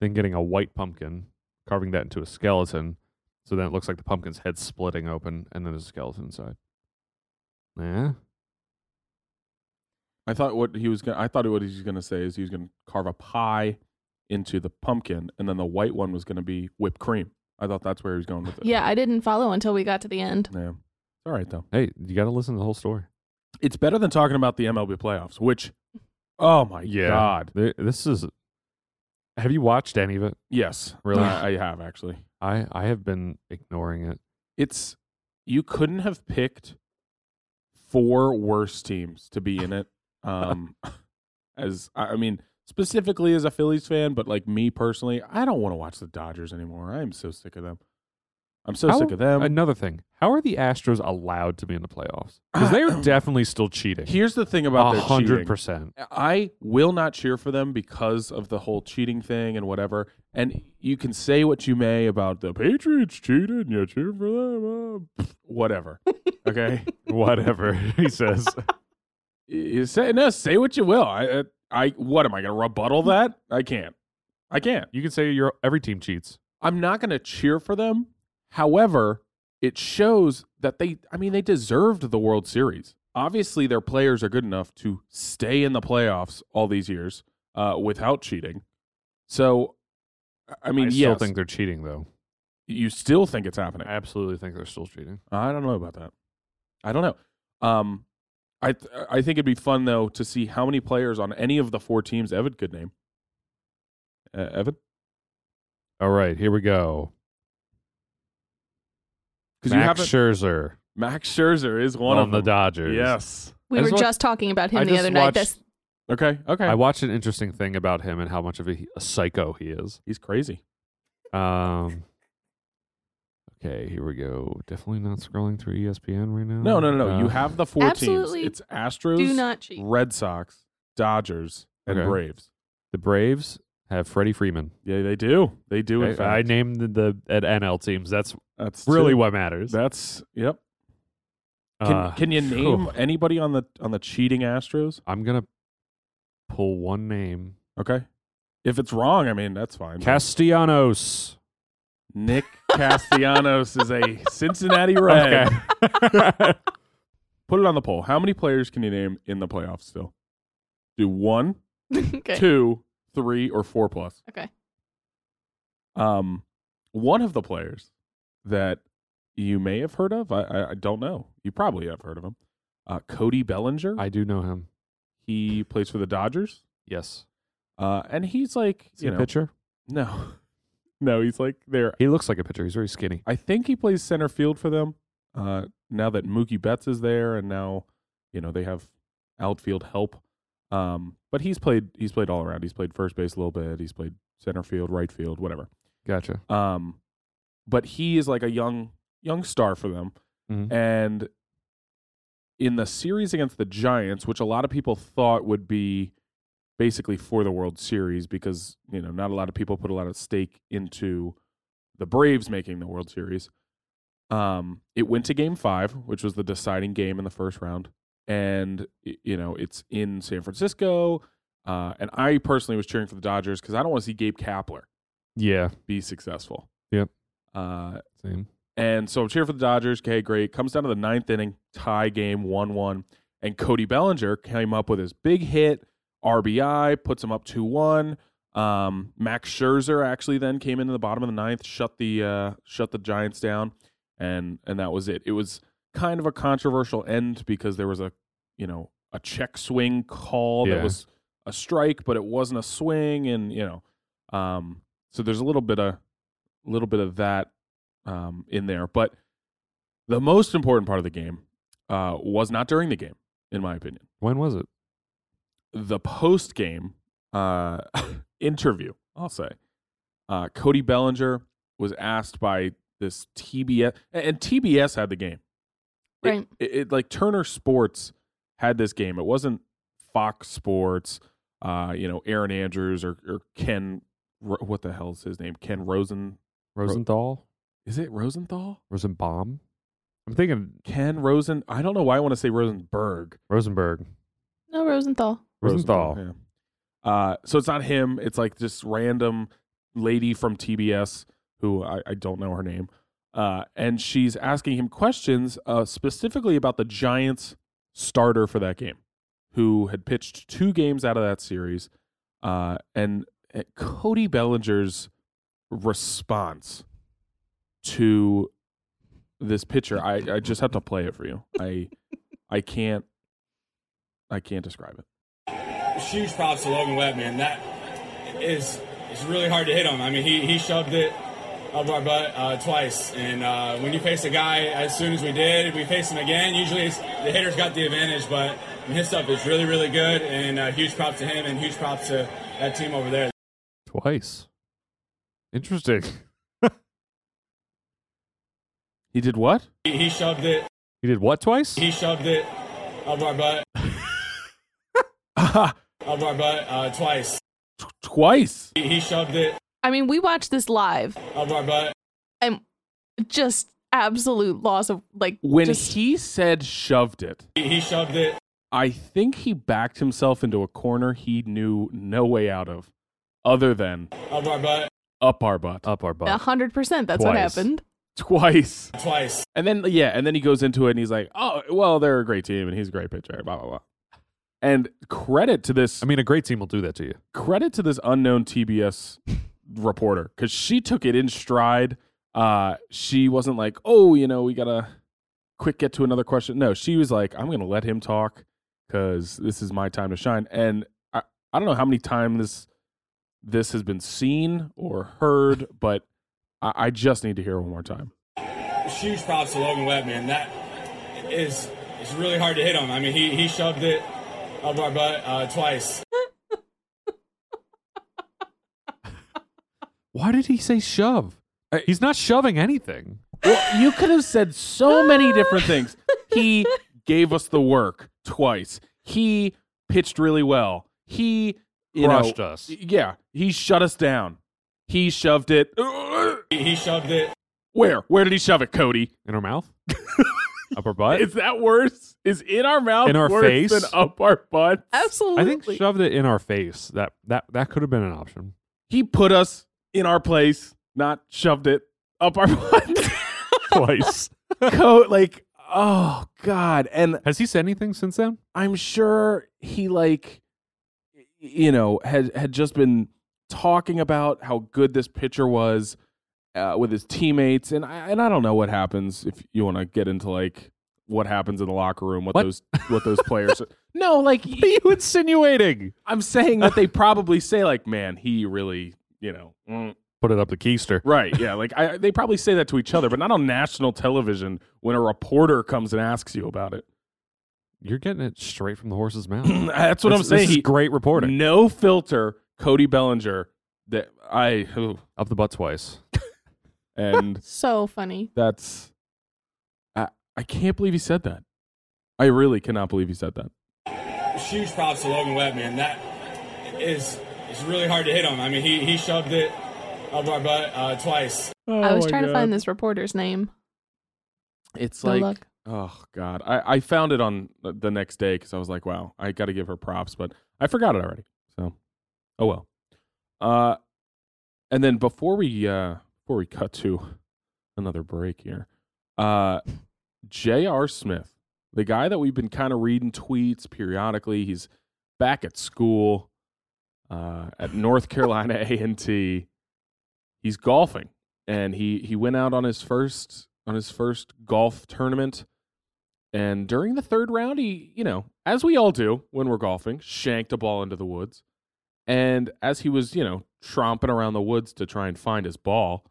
[SPEAKER 2] then getting a white pumpkin, carving that into a skeleton, so then it looks like the pumpkin's head splitting open, and then there's a skeleton inside. Yeah,
[SPEAKER 1] I thought what he was gonna I thought what he was gonna say is he was gonna carve a pie into the pumpkin and then the white one was gonna be whipped cream. I thought that's where he was going with it.
[SPEAKER 3] Yeah, I didn't follow until we got to the end.
[SPEAKER 1] Yeah. It's all right though.
[SPEAKER 2] hey, you got to listen to the whole story.
[SPEAKER 1] It's better than talking about the MLB playoffs, which oh my
[SPEAKER 2] Yeah.
[SPEAKER 1] god.
[SPEAKER 2] Th- This is. Have you watched any of it?
[SPEAKER 1] Yes.
[SPEAKER 2] Really?
[SPEAKER 1] I, I have actually.
[SPEAKER 2] I I have been ignoring it.
[SPEAKER 1] It's you couldn't have picked four worse teams to be in it. Um as I I mean, specifically as a Phillies fan, but like me personally, I don't want to watch the Dodgers anymore. I am so sick of them. I'm so
[SPEAKER 2] How-
[SPEAKER 1] sick of them.
[SPEAKER 2] Another thing, how are the Astros allowed to be in the playoffs? Because
[SPEAKER 1] *clears throat*
[SPEAKER 2] they are definitely still cheating.
[SPEAKER 1] Here's the thing about
[SPEAKER 2] A
[SPEAKER 1] their
[SPEAKER 2] hundred
[SPEAKER 1] cheating.
[SPEAKER 2] percent.
[SPEAKER 1] I will not cheer for them because of the whole cheating thing and whatever. And you can say what you may about the Patriots cheated and you cheer for them, uh, pfft, whatever. Okay,
[SPEAKER 2] Whatever *laughs*
[SPEAKER 1] *laughs*
[SPEAKER 2] he says.
[SPEAKER 1] you say no, say what you will. I, uh, I, what am I going to rebuttal
[SPEAKER 2] Hmm.
[SPEAKER 1] that? I can't. I can't.
[SPEAKER 2] You can say your every team cheats.
[SPEAKER 1] I'm not going to cheer for them. However, it shows that they, I mean, they deserved the World Series. Obviously, their players are good enough to stay in the playoffs all these years uh, without cheating. So, I- I mean,
[SPEAKER 2] I still
[SPEAKER 1] yes,
[SPEAKER 2] think they're cheating though.
[SPEAKER 1] you still think it's happening.
[SPEAKER 2] I absolutely think they're still cheating.
[SPEAKER 1] I don't know about that. I don't know. Um, I th- I think it'd be fun though to see how many players on any of the four teams Evan could name. Uh, Evan,
[SPEAKER 2] All right, here we go.
[SPEAKER 1] because you
[SPEAKER 2] Max
[SPEAKER 1] haven't.
[SPEAKER 2] Scherzer
[SPEAKER 1] Max Scherzer is one
[SPEAKER 2] on
[SPEAKER 1] of
[SPEAKER 2] the
[SPEAKER 1] them.
[SPEAKER 2] Dodgers.
[SPEAKER 1] Yes.
[SPEAKER 3] We
[SPEAKER 2] I
[SPEAKER 3] were
[SPEAKER 2] just wa-
[SPEAKER 3] just talking about him
[SPEAKER 2] I
[SPEAKER 3] the
[SPEAKER 2] just
[SPEAKER 3] other night.
[SPEAKER 2] watched-
[SPEAKER 3] That's
[SPEAKER 1] Okay. Okay.
[SPEAKER 2] I watched an interesting thing about him and how much of a, a psycho he is.
[SPEAKER 1] He's crazy.
[SPEAKER 2] Um. Okay, here we go. Definitely not scrolling through E ESPN right now.
[SPEAKER 1] No, no, no, no. you
[SPEAKER 2] Uh,
[SPEAKER 1] have the four
[SPEAKER 3] Absolutely
[SPEAKER 1] teams. It's Astros,
[SPEAKER 3] do not cheat. *laughs*
[SPEAKER 1] Red Sox, Dodgers, and
[SPEAKER 2] Okay.
[SPEAKER 1] Braves.
[SPEAKER 2] the Braves have Freddie Freeman.
[SPEAKER 1] Yeah, they do. They do.
[SPEAKER 2] I,
[SPEAKER 1] In fact,
[SPEAKER 2] I named the, the at NL teams. That's
[SPEAKER 1] that's
[SPEAKER 2] really
[SPEAKER 1] two.
[SPEAKER 2] what matters.
[SPEAKER 1] That's yep. Can,
[SPEAKER 2] Uh,
[SPEAKER 1] can you
[SPEAKER 2] phew.
[SPEAKER 1] name anybody on the on the cheating Astros?
[SPEAKER 2] I'm gonna pull one name.
[SPEAKER 1] Okay, if it's wrong, I mean that's fine. but
[SPEAKER 2] Castellanos.
[SPEAKER 1] Nick Castellanos is
[SPEAKER 2] *laughs*
[SPEAKER 1] a Cincinnati Red. *laughs*
[SPEAKER 2] Okay. *laughs*
[SPEAKER 1] Put it on the poll. How many players can you name in the playoffs still? Do one,
[SPEAKER 3] okay.
[SPEAKER 1] two, three, or four plus.
[SPEAKER 3] Okay.
[SPEAKER 1] Um, one of the players that you may have heard of, I, I, I don't know. You probably have heard of him. Uh, Cody Bellinger.
[SPEAKER 2] I do know him.
[SPEAKER 1] he plays for the Dodgers,
[SPEAKER 2] Yes.
[SPEAKER 1] uh, and he's like
[SPEAKER 2] Is he
[SPEAKER 1] you
[SPEAKER 2] a
[SPEAKER 1] know
[SPEAKER 2] pitcher?
[SPEAKER 1] no, *laughs* no. He's like there.
[SPEAKER 2] He looks like a pitcher. He's very skinny.
[SPEAKER 1] I think he plays center field for them. Uh, now that Mookie Betts is there, and now you know they have outfield help. Um, but he's played. He's played all around. He's played first base a little bit. He's played center field, right field, whatever.
[SPEAKER 2] Gotcha.
[SPEAKER 1] Um, but he is like a young young star for them.
[SPEAKER 2] Mhm.
[SPEAKER 1] And in the series against the Giants, which a lot of people thought would be basically for the World Series because, you know, not a lot of people put a lot of stake into the Braves making the World Series. Um, it went to Game Five, which was the deciding game in the first round, and y- you know it's in San Francisco. Uh, and I personally was cheering for the Dodgers because I don't want to see Gabe Kapler
[SPEAKER 2] Yeah.
[SPEAKER 1] be successful.
[SPEAKER 2] Yep.
[SPEAKER 1] Uh,
[SPEAKER 2] Same.
[SPEAKER 1] and so I'm cheering for the Dodgers. Okay, great. Comes down to the ninth inning, tie game, 1 1. And Cody Bellinger came up with his big hit, RBI, puts him up 2 1. Um, Max Scherzer actually then came into the bottom of the ninth, shut the uh, shut the Giants down, and and that was it. It was kind of a controversial end because there was a you know a check swing call
[SPEAKER 2] Yeah.
[SPEAKER 1] that was a strike, but it wasn't a swing, and you know, um, so there's a little bit of little bit of that um, in there. But the most important part of the game uh, was not during the game, in my opinion.
[SPEAKER 2] When was it?
[SPEAKER 1] The post game uh, *laughs* interview, I'll say. Uh, Cody Bellinger was asked by this TBS, and- and TBS had the game. It-
[SPEAKER 3] Right.
[SPEAKER 1] It, it, like Turner Sports had this game. It wasn't Fox Sports, uh, you know, Aaron Andrews or, or Ken, Ro- what the hell's his name? Ken Rosen.
[SPEAKER 2] Rosenthal?
[SPEAKER 1] Is it Rosenthal?
[SPEAKER 2] Rosenbaum? I'm thinking
[SPEAKER 1] Ken Rosen. I don't know why I want to say Rosenberg.
[SPEAKER 2] Rosenberg.
[SPEAKER 3] No Rosenthal.
[SPEAKER 2] Rosenthal.
[SPEAKER 1] yeah. Uh, so it's not him. It's like this random lady from TBS who I, I don't know her name. Uh, and she's asking him questions uh, specifically about the Giants starter for that game, who had pitched two games out of that series. Uh, and uh, Cody Bellinger's response to this pitcher, I, I just have to play it for you. I I can't I can't describe it.
[SPEAKER 4] huge props to Logan Webb, man. That is it's really hard to hit him. I mean, he, he shoved it up our butt uh, twice, and uh, when you face a guy, as soon as we did, we faced him again. Usually, it's, the hitter's got the advantage, but I mean, his stuff is really really good, and uh, huge props to him, and huge props to that team over there.
[SPEAKER 2] Twice. Interesting. *laughs*
[SPEAKER 1] He did what?
[SPEAKER 4] He, he shoved it,
[SPEAKER 2] He did what twice?
[SPEAKER 4] he shoved it up our butt,
[SPEAKER 1] Ah,
[SPEAKER 4] up our butt uh, twice.
[SPEAKER 1] t- *laughs* twice.
[SPEAKER 4] He, he shoved it
[SPEAKER 3] I mean, we watched this live.
[SPEAKER 4] up our butt.
[SPEAKER 3] Just absolute loss of like
[SPEAKER 1] When
[SPEAKER 3] just,
[SPEAKER 1] he said shoved it,
[SPEAKER 4] He, he shoved it
[SPEAKER 1] I think he backed himself into a corner he knew no way out of other than
[SPEAKER 4] up our butt
[SPEAKER 1] up our butt. *laughs*
[SPEAKER 2] Up our butt.
[SPEAKER 3] hundred percent. That's what
[SPEAKER 2] Twice.
[SPEAKER 3] happened.
[SPEAKER 1] Twice.
[SPEAKER 4] twice.
[SPEAKER 1] And then, yeah, and then he goes into it and he's like, oh, well, they're a great team and he's a great pitcher, blah, blah, blah. And credit to this,
[SPEAKER 2] I mean, a great team will do that to you.
[SPEAKER 1] credit to this unknown TBS reporter because she took it in stride. Uh, she wasn't like, oh, you know, we gotta quick get to another question. No, she was like, I'm gonna let him talk because this is my time to shine. And I, I don't know how many times this this has been seen or heard, but I, I just need to hear it one more time.
[SPEAKER 4] huge props to Logan Webb, man. That is it's really hard to hit him. I mean, he he shoved it up our butt uh, twice.
[SPEAKER 2] Why did he say shove? He's not shoving anything.
[SPEAKER 1] Well, you could have said so many different
[SPEAKER 2] *laughs*
[SPEAKER 1] things. He gave us the work twice. He pitched really well. He you know,
[SPEAKER 2] Crushed us.
[SPEAKER 1] Yeah, he shut us down. He shoved
[SPEAKER 2] *laughs*
[SPEAKER 1] it.
[SPEAKER 4] He, he shoved it.
[SPEAKER 1] Where? Where did he shove it, Cody?
[SPEAKER 2] In her *laughs* mouth? up her butt?
[SPEAKER 1] Is that worse? Is in our mouth
[SPEAKER 2] In our
[SPEAKER 1] worse
[SPEAKER 2] face?
[SPEAKER 1] than up our butt?
[SPEAKER 3] Absolutely.
[SPEAKER 2] I think shoved it in our face. That that that could have been an *laughs* option.
[SPEAKER 1] He put us in our place, not shoved it up our *laughs*
[SPEAKER 2] *laughs*
[SPEAKER 1] butt.
[SPEAKER 2] Twice.
[SPEAKER 1] Coat like, oh god. And
[SPEAKER 2] Has he said anything since then?
[SPEAKER 1] I'm sure he like y- you know had had just been talking about how good this pitcher was uh, with his teammates and I, and I don't know what happens if you want to get into like what happens in the locker room what,
[SPEAKER 2] What?
[SPEAKER 1] those what those
[SPEAKER 2] *laughs*
[SPEAKER 1] players no like *laughs*
[SPEAKER 2] you insinuating?
[SPEAKER 1] I'm saying that they probably say like man he really you know mm,
[SPEAKER 2] Put it up the keister.
[SPEAKER 1] right yeah like I, they probably say that to each other but not on national television when a reporter comes and asks you about it *clears throat*
[SPEAKER 2] You're getting it straight from the horse's mouth.
[SPEAKER 1] that's what I'm
[SPEAKER 2] This-
[SPEAKER 1] saying
[SPEAKER 2] This is
[SPEAKER 1] He-
[SPEAKER 2] great reporting.
[SPEAKER 1] No filter, Cody Bellinger. That I ooh.
[SPEAKER 2] Up the butt twice.
[SPEAKER 3] *laughs*
[SPEAKER 1] and
[SPEAKER 3] so funny.
[SPEAKER 1] that's I I can't believe he said that. I really cannot believe he said that.
[SPEAKER 4] Huge props to Logan Webb, man. That is it's really hard to hit him. I mean, he he shoved it up our butt uh, twice.
[SPEAKER 2] Oh
[SPEAKER 3] I was trying to find this reporter's name.
[SPEAKER 1] It's like,
[SPEAKER 3] Good luck.
[SPEAKER 1] oh god, I, I found it on the- the next day because I was like, wow, I got to give her props, but I forgot it already. So, oh well. Uh, and then before we uh before we cut to another break here, uh, J.R. Smith, the guy that we've been kind of reading tweets periodically, he's back at school, uh, at North Carolina A and T. He's golfing, and he he went out on his first on his first golf tournament. And during the third round, he, you know, as we all do when we're golfing, shanked a ball into the woods. And as he was, you know, tromping around the woods to try and find his ball,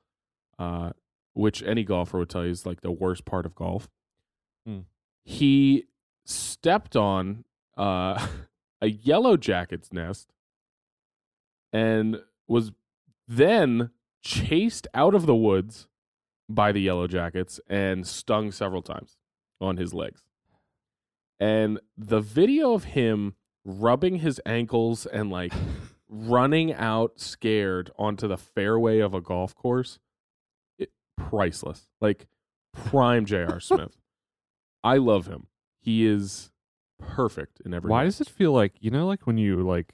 [SPEAKER 1] uh, which any golfer would tell you is like the worst part of golf,
[SPEAKER 2] Hmm.
[SPEAKER 1] he stepped on uh, *laughs* a yellow jacket's nest and was then chased out of the woods by the yellow jackets and stung several times on his legs. And the video of him rubbing his ankles and
[SPEAKER 2] *laughs*
[SPEAKER 1] like running out scared onto the fairway of a golf course, it, priceless. Like prime J.R.
[SPEAKER 2] *laughs*
[SPEAKER 1] Smith. I love him. He is perfect in every
[SPEAKER 2] Why
[SPEAKER 1] way.
[SPEAKER 2] does it feel like you know, like when you like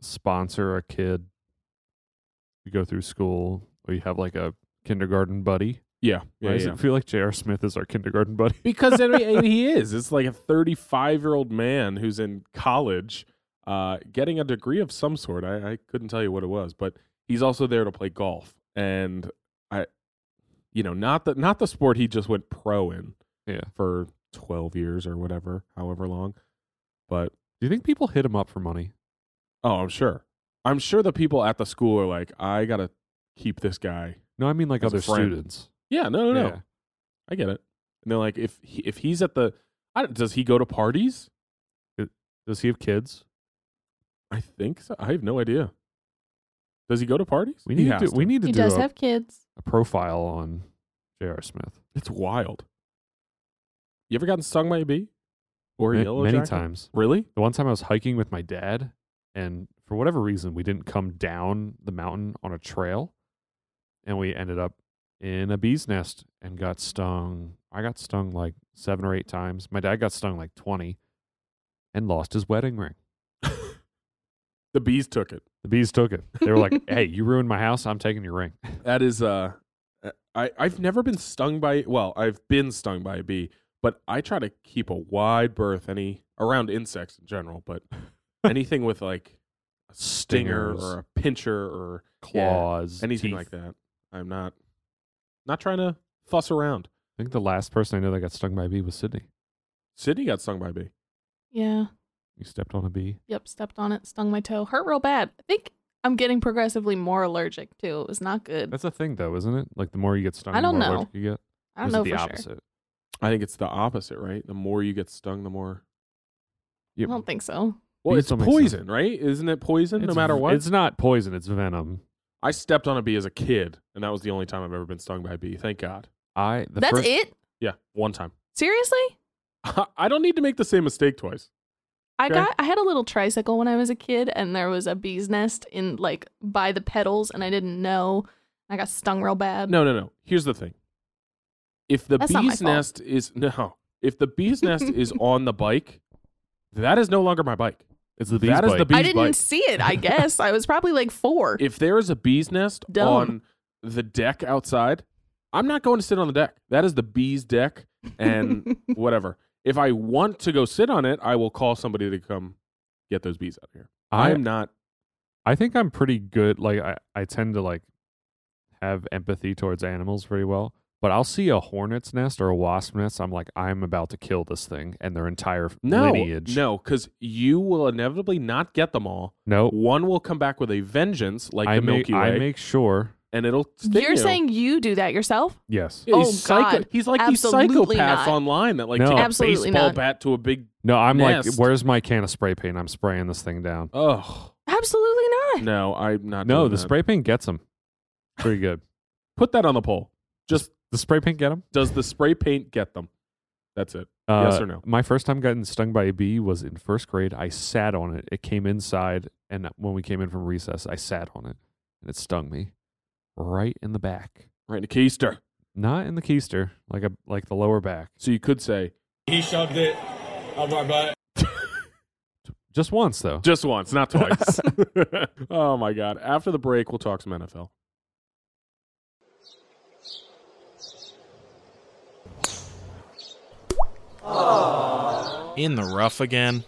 [SPEAKER 2] sponsor a kid, you go through school, or you have like a kindergarten buddy?
[SPEAKER 1] yeah,
[SPEAKER 2] Why
[SPEAKER 1] yeah,
[SPEAKER 2] does
[SPEAKER 1] yeah.
[SPEAKER 2] it feel like J.R. Smith is our kindergarten *laughs* buddy?
[SPEAKER 1] *laughs* because I mean, he is. It's like a 35 year old man who's in college, uh, getting a degree of some sort. I, I couldn't tell you what it was, but he's also there to play golf, and I, you know, not the not the sport he just went pro in,
[SPEAKER 2] Yeah.
[SPEAKER 1] for 12 years or whatever, however long. But
[SPEAKER 2] Do you think people hit him up for money?
[SPEAKER 1] oh, I'm sure, I'm sure the people at the school are like, I gotta keep this guy.
[SPEAKER 2] No, I mean like
[SPEAKER 1] As a
[SPEAKER 2] other
[SPEAKER 1] friend.
[SPEAKER 2] students.
[SPEAKER 1] Yeah, no, no, no.
[SPEAKER 2] Yeah.
[SPEAKER 1] I get it. And they're like, if he, if he's at the, I don't, does he go to parties?
[SPEAKER 2] Does he have kids?
[SPEAKER 1] I think so. I have no idea. Does he go to parties?
[SPEAKER 2] We
[SPEAKER 1] He
[SPEAKER 2] need
[SPEAKER 1] has
[SPEAKER 2] to. We need to
[SPEAKER 3] He
[SPEAKER 2] do
[SPEAKER 3] does
[SPEAKER 2] a,
[SPEAKER 3] have kids.
[SPEAKER 2] a profile on J.R. Smith.
[SPEAKER 1] It's wild. You ever gotten stung by a bee or a
[SPEAKER 2] Ma-
[SPEAKER 1] yellow
[SPEAKER 2] many
[SPEAKER 1] jacket?
[SPEAKER 2] times.
[SPEAKER 1] Really?
[SPEAKER 2] The one time I was hiking with my dad, and for whatever reason, we didn't come down the mountain on a trail, and we ended up in a bee's nest and got stung. I got stung like seven or eight times. My dad got stung like 20 and lost his wedding ring.
[SPEAKER 1] The bees took it.
[SPEAKER 2] The bees took it. They were
[SPEAKER 3] *laughs*
[SPEAKER 2] like, hey, you ruined my house. I'm taking your ring.
[SPEAKER 1] That is uh I I've never been stung by well, I've been stung by a bee, but I try to keep a wide berth any around insects in general,
[SPEAKER 2] *laughs*
[SPEAKER 1] but anything with like a stinger
[SPEAKER 2] Stingers.
[SPEAKER 1] or a pincher or
[SPEAKER 2] Claws.
[SPEAKER 1] anything
[SPEAKER 2] teeth.
[SPEAKER 1] like that. I'm not not trying to fuss around.
[SPEAKER 2] I think the last person I know that got stung by a bee was Sydney.
[SPEAKER 1] Sydney got stung by a bee.
[SPEAKER 3] Yeah.
[SPEAKER 2] You stepped on a bee.
[SPEAKER 3] Yep. Stepped on it. Stung my toe. Hurt real bad. I think I'm getting progressively more allergic too. It was not good.
[SPEAKER 2] That's a thing, though, isn't it? Like the more you get stung,
[SPEAKER 3] I don't
[SPEAKER 2] the more
[SPEAKER 3] know.
[SPEAKER 2] allergic you get.
[SPEAKER 3] I
[SPEAKER 2] Or
[SPEAKER 3] don't
[SPEAKER 2] is
[SPEAKER 3] know
[SPEAKER 2] it the
[SPEAKER 3] for
[SPEAKER 2] opposite.
[SPEAKER 3] sure.
[SPEAKER 1] I think it's the opposite, right? The more you get stung, the more.
[SPEAKER 3] I don't think so.
[SPEAKER 1] Well,
[SPEAKER 2] Bees
[SPEAKER 1] it's
[SPEAKER 2] don't make sense.
[SPEAKER 1] poison, right? Isn't it poison no
[SPEAKER 2] It's
[SPEAKER 1] matter
[SPEAKER 2] v-
[SPEAKER 1] what?
[SPEAKER 2] It's not poison, it's venom.
[SPEAKER 1] I stepped on a bee as a kid, and that was the only time I've ever been stung by a bee. Thank God.
[SPEAKER 2] I the
[SPEAKER 3] That's
[SPEAKER 2] first,
[SPEAKER 3] it?
[SPEAKER 1] Yeah, one time. *laughs*
[SPEAKER 3] Seriously?
[SPEAKER 1] I don't need to make the same mistake twice.
[SPEAKER 3] I
[SPEAKER 1] Okay.
[SPEAKER 3] got I had a little tricycle when I was a kid and there was a bee's nest in like by the pedals and I didn't know. I got stung real bad.
[SPEAKER 1] No, no, no. Here's the thing. If the
[SPEAKER 3] That's not my
[SPEAKER 1] bee's
[SPEAKER 3] fault.
[SPEAKER 1] nest is *laughs* no, if the bee's nest
[SPEAKER 3] *laughs*
[SPEAKER 1] is on the bike, that is no longer my bike.
[SPEAKER 2] It's the bees.
[SPEAKER 1] That is
[SPEAKER 2] bite.
[SPEAKER 1] the bee's
[SPEAKER 3] I didn't
[SPEAKER 1] bike.
[SPEAKER 3] see
[SPEAKER 2] *laughs*
[SPEAKER 3] it, I guess. I was probably like 4.
[SPEAKER 1] if there is a bee's nest
[SPEAKER 3] Dumb.
[SPEAKER 1] on the deck outside, I'm not going to sit on the deck. That is the bee's deck
[SPEAKER 3] *laughs*
[SPEAKER 1] and whatever. If I want to go sit on it, I will call somebody to come get those bees out of here. I
[SPEAKER 2] I
[SPEAKER 1] am not.
[SPEAKER 2] I think I'm pretty good. Like I, I tend to like have empathy towards animals very well. But I'll see a hornet's nest or a wasp nest. I'm like, I'm about to kill this thing and their entire
[SPEAKER 1] No,
[SPEAKER 2] lineage.
[SPEAKER 1] no, because you will inevitably not get them all.
[SPEAKER 2] no.
[SPEAKER 1] One will come back with a vengeance, like
[SPEAKER 2] Oh. I
[SPEAKER 1] the
[SPEAKER 2] make
[SPEAKER 1] Milky Way,
[SPEAKER 2] I make sure.
[SPEAKER 1] and it'll. Sting
[SPEAKER 3] You're
[SPEAKER 1] you.
[SPEAKER 3] saying you do that yourself?
[SPEAKER 2] Yes.
[SPEAKER 1] Yeah, he's
[SPEAKER 3] Oh,
[SPEAKER 1] psycho-
[SPEAKER 3] God.
[SPEAKER 1] He's like
[SPEAKER 3] Absolutely
[SPEAKER 1] these psychopaths
[SPEAKER 3] not.
[SPEAKER 1] online that like
[SPEAKER 2] No.
[SPEAKER 1] take
[SPEAKER 3] Absolutely
[SPEAKER 1] a baseball
[SPEAKER 3] not.
[SPEAKER 1] bat to a big.
[SPEAKER 2] No, I'm like,
[SPEAKER 1] Nest.
[SPEAKER 2] where's my can of spray paint? I'm spraying this thing down.
[SPEAKER 1] Oh
[SPEAKER 3] Absolutely not.
[SPEAKER 1] no, I'm not.
[SPEAKER 2] No,
[SPEAKER 1] doing
[SPEAKER 2] the
[SPEAKER 1] that.
[SPEAKER 2] spray paint gets them. Pretty good.
[SPEAKER 1] Put that on the poll. Just
[SPEAKER 2] the spray paint get them?
[SPEAKER 1] Does the spray paint get them? That's it.
[SPEAKER 2] Uh,
[SPEAKER 1] Yes or no?
[SPEAKER 2] My first time getting stung by a bee was in first grade. I sat on it. It came inside, and when we came in from recess, I sat on it, and it stung me. right in the back,
[SPEAKER 1] Right in the keister.
[SPEAKER 2] not in the keister, like a like the lower back,
[SPEAKER 1] So you could say
[SPEAKER 4] He shoved it up my butt.
[SPEAKER 2] just once
[SPEAKER 1] *laughs*
[SPEAKER 2] though.
[SPEAKER 1] just once, not twice. *laughs* oh my god! After the break, we'll talk some NFL.
[SPEAKER 5] In the rough again?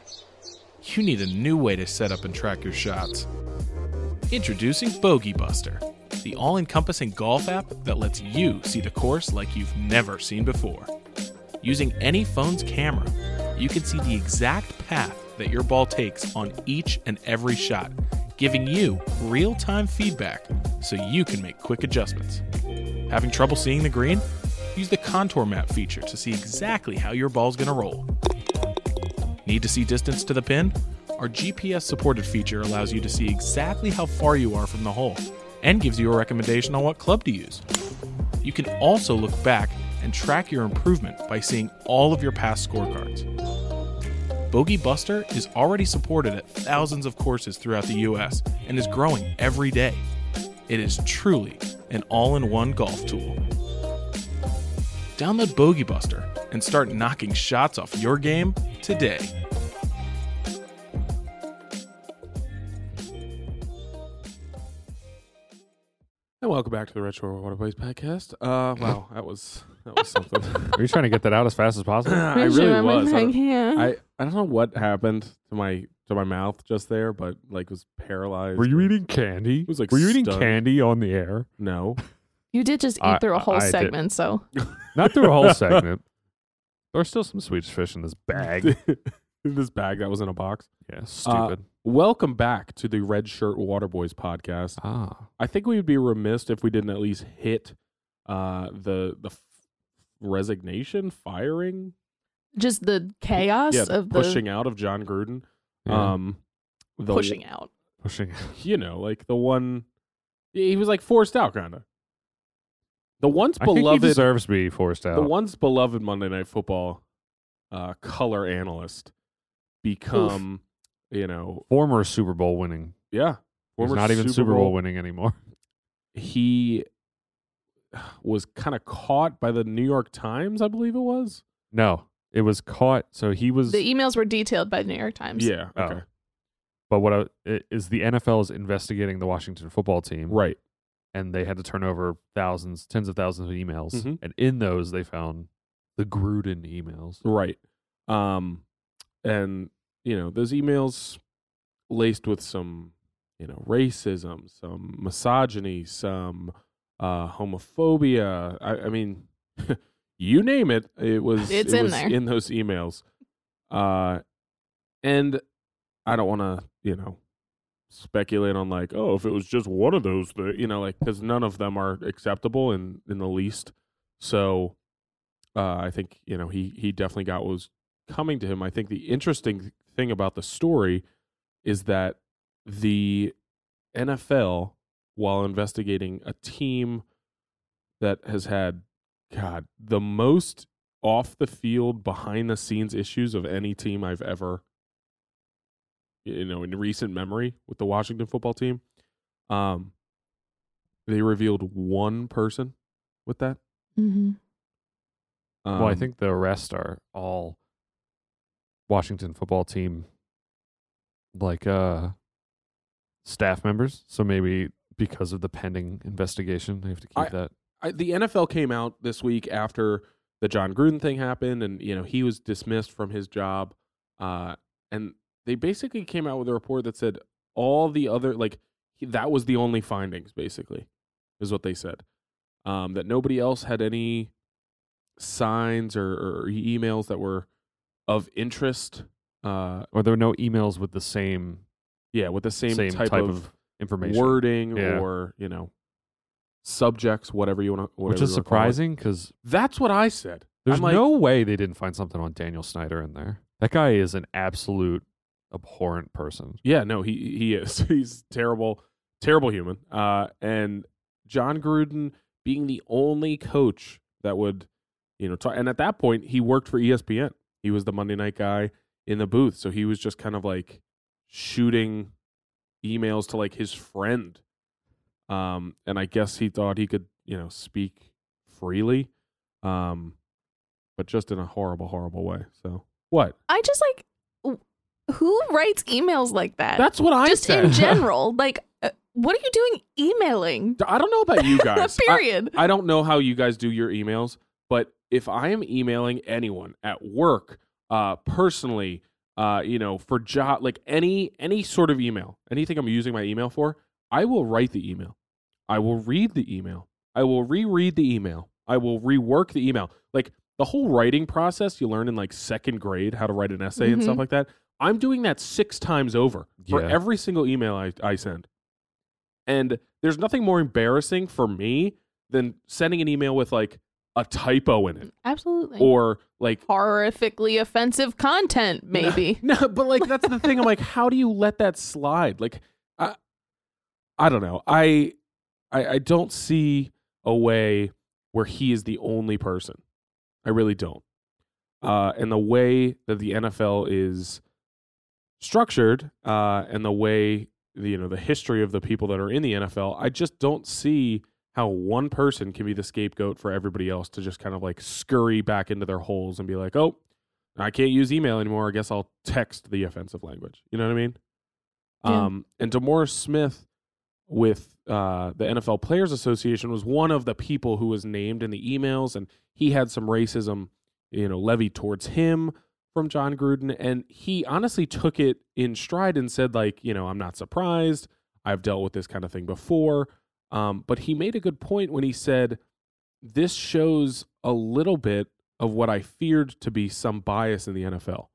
[SPEAKER 5] You need a new way to set up and track your shots. Introducing Bogey Buster, the all encompassing golf app that lets you see the course like you've never seen before. Using any phone's camera, you can see the exact path that your ball takes on each and every shot, giving you real time feedback so you can make quick adjustments. Having trouble seeing the green? Use the contour map feature to see exactly how your ball's going to roll. Need to see distance to the pin? Our GPS supported feature allows you to see exactly how far you are from the hole and gives you a recommendation on what club to use. You can also look back and track your improvement by seeing all of your past scorecards. Bogey Buster is already supported at thousands of courses throughout the US and is growing every day. It is truly an all in one golf tool. Download Bogey Buster and start knocking shots off your game today.
[SPEAKER 1] And welcome back to the Retro Water Plays podcast. Uh, wow,
[SPEAKER 5] *laughs*
[SPEAKER 1] that was that was something. *laughs*
[SPEAKER 2] Are you trying to get that out as fast as possible?
[SPEAKER 1] I really was. I
[SPEAKER 3] I
[SPEAKER 1] don't-
[SPEAKER 3] can't.
[SPEAKER 1] I, I don't know what happened to my to my mouth just there, but like was paralyzed.
[SPEAKER 2] Were you eating candy?
[SPEAKER 1] was like
[SPEAKER 2] Were you eating
[SPEAKER 1] stunned.
[SPEAKER 2] candy on the air?
[SPEAKER 5] *laughs*
[SPEAKER 1] No. *laughs*
[SPEAKER 3] you did just eat
[SPEAKER 2] I-
[SPEAKER 3] through a whole
[SPEAKER 2] I did.
[SPEAKER 3] segment, so
[SPEAKER 2] Not through
[SPEAKER 1] *laughs*
[SPEAKER 2] a whole segment. There's still some Swedish fish in this
[SPEAKER 1] *laughs*
[SPEAKER 2] bag.
[SPEAKER 1] this bag that was in a box.
[SPEAKER 2] Yeah, stupid.
[SPEAKER 1] Welcome back to the Red Shirt Waterboys podcast.
[SPEAKER 2] ah,
[SPEAKER 1] I think we would be remiss if we didn't at least hit uh, the the f- resignation, firing,
[SPEAKER 3] just the chaos
[SPEAKER 1] yeah,
[SPEAKER 3] of the
[SPEAKER 1] pushing out of John Gruden.
[SPEAKER 2] yeah,
[SPEAKER 1] Um, the,
[SPEAKER 3] pushing out.
[SPEAKER 2] pushing.
[SPEAKER 1] you know, like the one he was like forced out, kind of. The once
[SPEAKER 2] I think he
[SPEAKER 1] beloved,
[SPEAKER 2] deserves to be forced out.
[SPEAKER 1] the once beloved Monday Night Football uh, color analyst become, you know,
[SPEAKER 2] Former Super Bowl winning.
[SPEAKER 1] yeah,
[SPEAKER 2] He's
[SPEAKER 1] former
[SPEAKER 2] not even Super Bowl winning anymore. *laughs*
[SPEAKER 1] he was kind of caught by the New York Times, I believe it was.
[SPEAKER 2] No, it was caught. So he was.
[SPEAKER 3] The emails were detailed by the New York Times.
[SPEAKER 1] Yeah.
[SPEAKER 2] Oh.
[SPEAKER 1] Okay.
[SPEAKER 2] but what I, i- is the NFL is investigating the Washington football team,
[SPEAKER 1] Right.
[SPEAKER 2] and they had to turn over thousands, tens of thousands of emails,
[SPEAKER 1] Mhm.
[SPEAKER 2] and in those they found the Gruden emails.
[SPEAKER 1] Right. Um, and you know those emails laced with some, you know, racism, some misogyny, some uh, homophobia. I, I mean, *laughs* you name it. It was.
[SPEAKER 3] *laughs* It's
[SPEAKER 1] it
[SPEAKER 3] in
[SPEAKER 1] was
[SPEAKER 3] there.
[SPEAKER 1] in those emails. Uh, and I don't want to, you know, speculate on like, oh, if it was just one of those, thi- you know, like because none of them are acceptable in in the least. So, uh, I think you know he he definitely got what was coming to him. I think the interesting thing about the story is that the NFL, while investigating a team that has had, God, the most off the field, behind the scenes issues of any team I've ever, you know, in recent memory with the Washington football team, um, they revealed one person with that.
[SPEAKER 3] Mm-hmm.
[SPEAKER 1] Um,
[SPEAKER 2] well, I think the rest are all Washington football team, like uh, staff members. So maybe because of the pending investigation, they have to keep
[SPEAKER 1] I-
[SPEAKER 2] that.
[SPEAKER 1] I, the NFL came out this week after the John Gruden thing happened, and you know he was dismissed from his job, uh, and they basically came out with a report that said all the other like he, that was the only findings basically is what they said um, that nobody else had any signs or, or e-, emails that were of interest. Uh,
[SPEAKER 2] Or there were no emails with the same
[SPEAKER 1] yeah, with the same,
[SPEAKER 2] same
[SPEAKER 1] type, of,
[SPEAKER 2] information,
[SPEAKER 1] wording
[SPEAKER 2] Yeah.
[SPEAKER 1] or you know subjects, whatever you want to.
[SPEAKER 2] which is surprising because
[SPEAKER 1] That's what I said.
[SPEAKER 2] There's
[SPEAKER 1] I'm like,
[SPEAKER 2] no way they didn't find something on Daniel Snyder in there. That guy is an absolute abhorrent person.
[SPEAKER 1] Yeah, no, he he is. *laughs* He's terrible, terrible human. Uh, and John Gruden being the only coach that would, you know, talk, and at that point he worked for E ESPN. He was the Monday night guy in the booth, so he was just kind of like shooting emails to like his friend, um, and I guess he thought he could, you know, speak freely, um, but just in a horrible, horrible way. So what?
[SPEAKER 3] I just like, w- who writes emails like that?
[SPEAKER 1] That's what I
[SPEAKER 3] Uh, just
[SPEAKER 1] said. *laughs*
[SPEAKER 3] in general, like, uh, what are you doing emailing?
[SPEAKER 1] I don't know about you guys.
[SPEAKER 3] *laughs*
[SPEAKER 1] I-
[SPEAKER 3] Period.
[SPEAKER 1] I don't know how you guys do your emails, but if I am emailing anyone at work, uh, personally, uh, you know, for job, like any any sort of email, anything I'm using my email for, I will write the email. I will read the email. I will reread the email. I will rework the email. Like the whole writing process you learn in like second grade how to write an essay and stuff
[SPEAKER 3] Mhm.
[SPEAKER 1] like that. I'm doing that six times over for
[SPEAKER 2] Yeah.
[SPEAKER 1] every single email I, I send. And there's nothing more embarrassing for me than sending an email with like a typo in it
[SPEAKER 3] Absolutely.
[SPEAKER 1] or like
[SPEAKER 3] horrifically
[SPEAKER 1] *laughs*
[SPEAKER 3] offensive content, *laughs* maybe.
[SPEAKER 1] no, but like that's the thing. I'm like, how do you let that slide? Like, I, I don't know. I, I, I don't see a way where he is the only person. I really don't. Uh, and the way that the NFL is structured, uh, and the way the, you know the history of the people that are in the NFL, I just don't see how one person can be the scapegoat for everybody else to just kind of like scurry back into their holes and be like, oh, I can't use email anymore. I guess I'll text the offensive language. You know what I mean?
[SPEAKER 3] Yeah.
[SPEAKER 1] Um, and Demora Smith with uh, the NFL Players Association was one of the people who was named in the emails, and he had some racism, you know, levied towards him from John Gruden, and he honestly took it in stride and said, like, you know, I'm not surprised. I've dealt with this kind of thing before. Um, but he made a good point when he said, this shows a little bit of what I feared to be some bias in the NFL,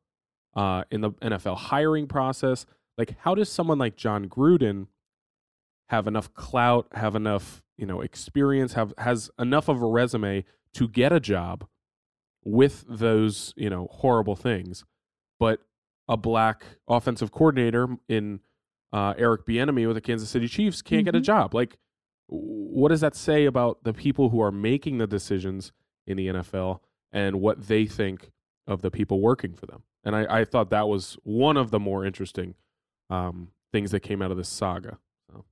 [SPEAKER 1] uh, in the NFL hiring process. Like, how does someone like John Gruden have enough clout, have enough you know experience, have has enough of a resume to get a job with those you know horrible things, but a black offensive coordinator in uh, Eric Bieniemy with the Kansas City Chiefs can't get a
[SPEAKER 3] Mhm.
[SPEAKER 1] job. Like, what does that say about the people who are making the decisions in the NFL and what they think of the people working for them? And I, I thought that was one of the more interesting um, things that came out of this saga. So.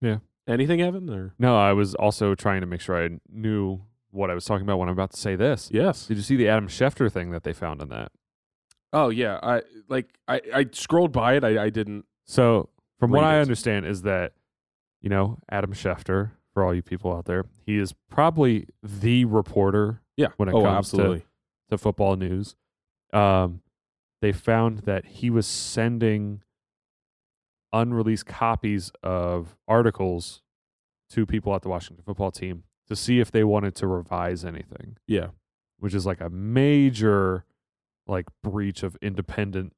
[SPEAKER 2] Yeah.
[SPEAKER 1] Anything, Evan? Or
[SPEAKER 2] No, I was also trying to make sure I knew what I was talking about when I'm about to say this.
[SPEAKER 1] yes.
[SPEAKER 2] Did you see the Adam Schefter thing that they found on that?
[SPEAKER 1] Oh yeah. I like I, I scrolled by it. I, I didn't.
[SPEAKER 2] So, from what
[SPEAKER 1] Read
[SPEAKER 2] I
[SPEAKER 1] it.
[SPEAKER 2] understand, is that you know Adam Schefter, for all you people out there, he is probably the reporter
[SPEAKER 1] Yeah.
[SPEAKER 2] When it
[SPEAKER 1] oh,
[SPEAKER 2] comes to-
[SPEAKER 1] absolutely.
[SPEAKER 2] to football news. Um, they found that he was sending unreleased copies of articles to people at the Washington football team to see if they wanted to revise anything.
[SPEAKER 1] Yeah.
[SPEAKER 2] which is like a major like breach of independent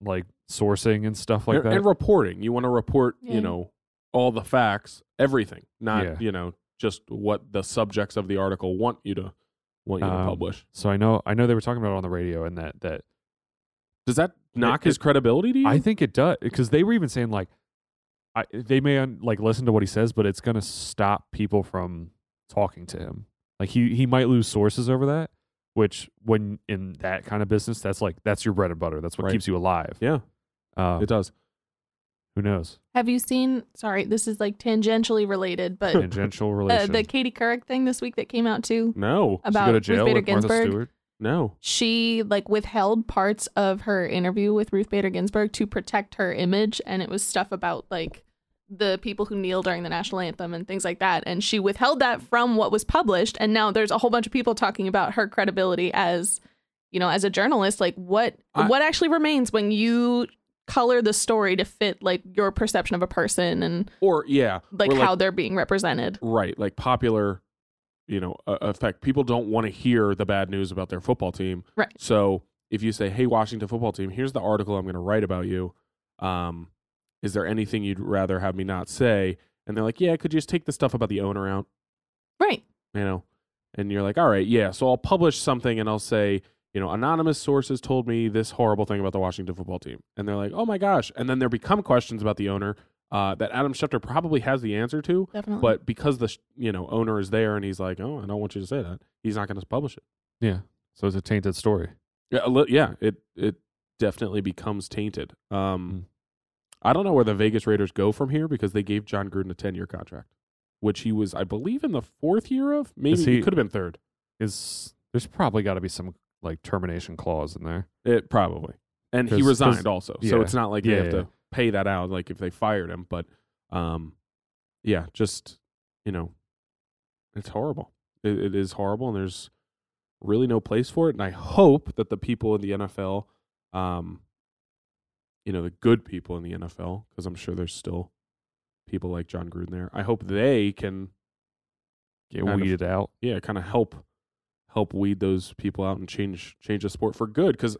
[SPEAKER 2] like sourcing and stuff like
[SPEAKER 1] and,
[SPEAKER 2] that.
[SPEAKER 1] and reporting. You want to report,
[SPEAKER 3] Yeah.
[SPEAKER 1] you know, all the facts, everything, not
[SPEAKER 2] Yeah.
[SPEAKER 1] you know just what the subjects of the article want you to want you to
[SPEAKER 2] Um,
[SPEAKER 1] publish.
[SPEAKER 2] so I know I know they were talking about it on the radio and that that
[SPEAKER 1] Does that knock his
[SPEAKER 2] it-
[SPEAKER 1] credibility? To you?
[SPEAKER 2] I think it does because they were even saying like I, they may un, like listen to what he says, but it's gonna stop people from talking to him. Like he he might lose sources over that, which when in that kind of business, that's like that's your bread and butter. That's what
[SPEAKER 1] Right.
[SPEAKER 2] keeps you alive.
[SPEAKER 1] yeah,
[SPEAKER 2] Um,
[SPEAKER 1] it does. *laughs*
[SPEAKER 2] who knows?
[SPEAKER 3] Have you seen? Sorry, this is like tangentially
[SPEAKER 1] *laughs*
[SPEAKER 3] related, but
[SPEAKER 2] Tangential
[SPEAKER 3] uh,
[SPEAKER 2] relation.
[SPEAKER 3] the Katie Couric thing this week that came out too
[SPEAKER 1] No,
[SPEAKER 2] Did she go
[SPEAKER 3] about
[SPEAKER 2] to
[SPEAKER 3] Ruth
[SPEAKER 2] jail
[SPEAKER 3] Bader
[SPEAKER 2] with Martha
[SPEAKER 3] Ginsburg.
[SPEAKER 2] Stewart.
[SPEAKER 1] no.
[SPEAKER 3] She like withheld parts of her interview with Ruth Bader Ginsburg to protect her image, and it was stuff about like the people who kneel during the national anthem and things like that. And she withheld that from what was published, and now there's a whole bunch of people talking about her credibility as you know as a journalist. Like what
[SPEAKER 1] I-
[SPEAKER 3] what actually remains when you color the story to fit like your perception of a person and
[SPEAKER 1] Or yeah,
[SPEAKER 3] like
[SPEAKER 1] or,
[SPEAKER 3] how they're being represented.
[SPEAKER 1] right, like popular, you know, uh, effect. People don't want to hear the bad news about their football team.
[SPEAKER 3] Right.
[SPEAKER 1] So if you say, "Hey, Washington football team, here's the article I'm going to write about you. Um, is there anything you'd rather have me not say?" And they're like, "Yeah, could you just take the stuff about the owner out?"
[SPEAKER 3] Right.
[SPEAKER 1] you know and you're like all right yeah so i'll publish something and i'll say you know anonymous sources told me this horrible thing about the washington football team and they're like oh my gosh and then there become questions about the owner uh, that adam schefter probably has the answer to
[SPEAKER 3] Definitely.
[SPEAKER 1] but because the sh- you know owner is there and he's like oh i don't want you to say that he's not going to publish it
[SPEAKER 2] Yeah. So it's a tainted story. Hmm.
[SPEAKER 1] yeah, a li- yeah it it definitely becomes tainted um I don't know where the Vegas Raiders go from here because they gave John Gruden a 10 year contract, which he was, I believe, in the fourth year of. Maybe he
[SPEAKER 2] he-
[SPEAKER 1] could have been third.
[SPEAKER 2] Is there's probably got to be some like termination clause in there.
[SPEAKER 1] It probably. And he
[SPEAKER 2] 'Cause-
[SPEAKER 1] resigned
[SPEAKER 2] 'cause-
[SPEAKER 1] also. So
[SPEAKER 2] yeah.
[SPEAKER 1] it's not like they
[SPEAKER 2] Yeah,
[SPEAKER 1] have
[SPEAKER 2] yeah, yeah.
[SPEAKER 1] to pay that out like if they fired him, but um yeah, just you know, it's horrible. It, it is horrible and there's really no place for it and I hope that the people in the NFL um you know, the good people in the NFL because I'm sure there's still people like John Gruden there. I hope they can
[SPEAKER 2] Get
[SPEAKER 1] Kind of.
[SPEAKER 2] weeded out.
[SPEAKER 1] yeah, kind of help help weed those people out and change change the sport for good because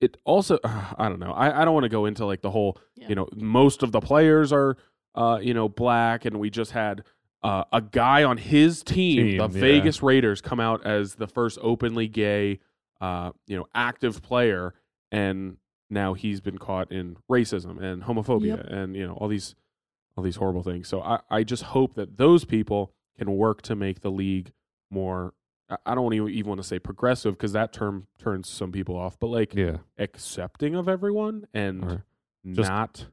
[SPEAKER 1] it also *sighs* I don't know I, I don't want to go into like the whole
[SPEAKER 3] Yeah.
[SPEAKER 1] you know most of the players are uh, you know black and we just had uh, a guy on his team,
[SPEAKER 2] Team,
[SPEAKER 1] the
[SPEAKER 2] yeah.
[SPEAKER 1] Vegas Raiders come out as the first openly gay uh, you know active player and now he's been caught in racism and homophobia and you know all these all these horrible things. So I, I just hope that those people can work to make the league more. I- I don't even, even want to say progressive because that term turns some people off, but like
[SPEAKER 2] Yeah.
[SPEAKER 1] accepting of everyone and
[SPEAKER 2] Or just-
[SPEAKER 1] not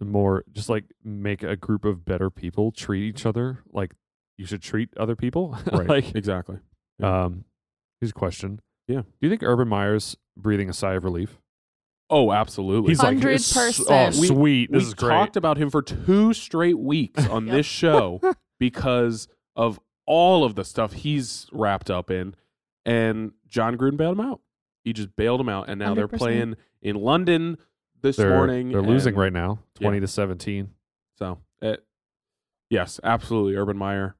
[SPEAKER 2] more just like make a group of better people treat each other like you should treat other people. *laughs* like
[SPEAKER 1] exactly.
[SPEAKER 2] um here's a question.
[SPEAKER 1] Yeah.
[SPEAKER 2] Do you think Urban Meyer's breathing a sigh of relief?
[SPEAKER 1] Oh, absolutely.
[SPEAKER 3] He's like, 100%.
[SPEAKER 2] "This is- Oh,
[SPEAKER 1] We-
[SPEAKER 2] sweet. This
[SPEAKER 1] we
[SPEAKER 2] is great.
[SPEAKER 1] talked about him for two straight weeks on
[SPEAKER 2] *laughs*
[SPEAKER 3] Yep.
[SPEAKER 1] this show because of all of the stuff he's wrapped up in, and John Gruden bailed him out. He just bailed him out, and now they are
[SPEAKER 3] 100%.
[SPEAKER 1] playing in London this
[SPEAKER 2] they're,
[SPEAKER 1] morning.
[SPEAKER 2] They're losing
[SPEAKER 1] and-
[SPEAKER 2] right now,
[SPEAKER 1] yeah.
[SPEAKER 2] twenty to seventeen.
[SPEAKER 1] So, it, yes, absolutely. Urban Meyer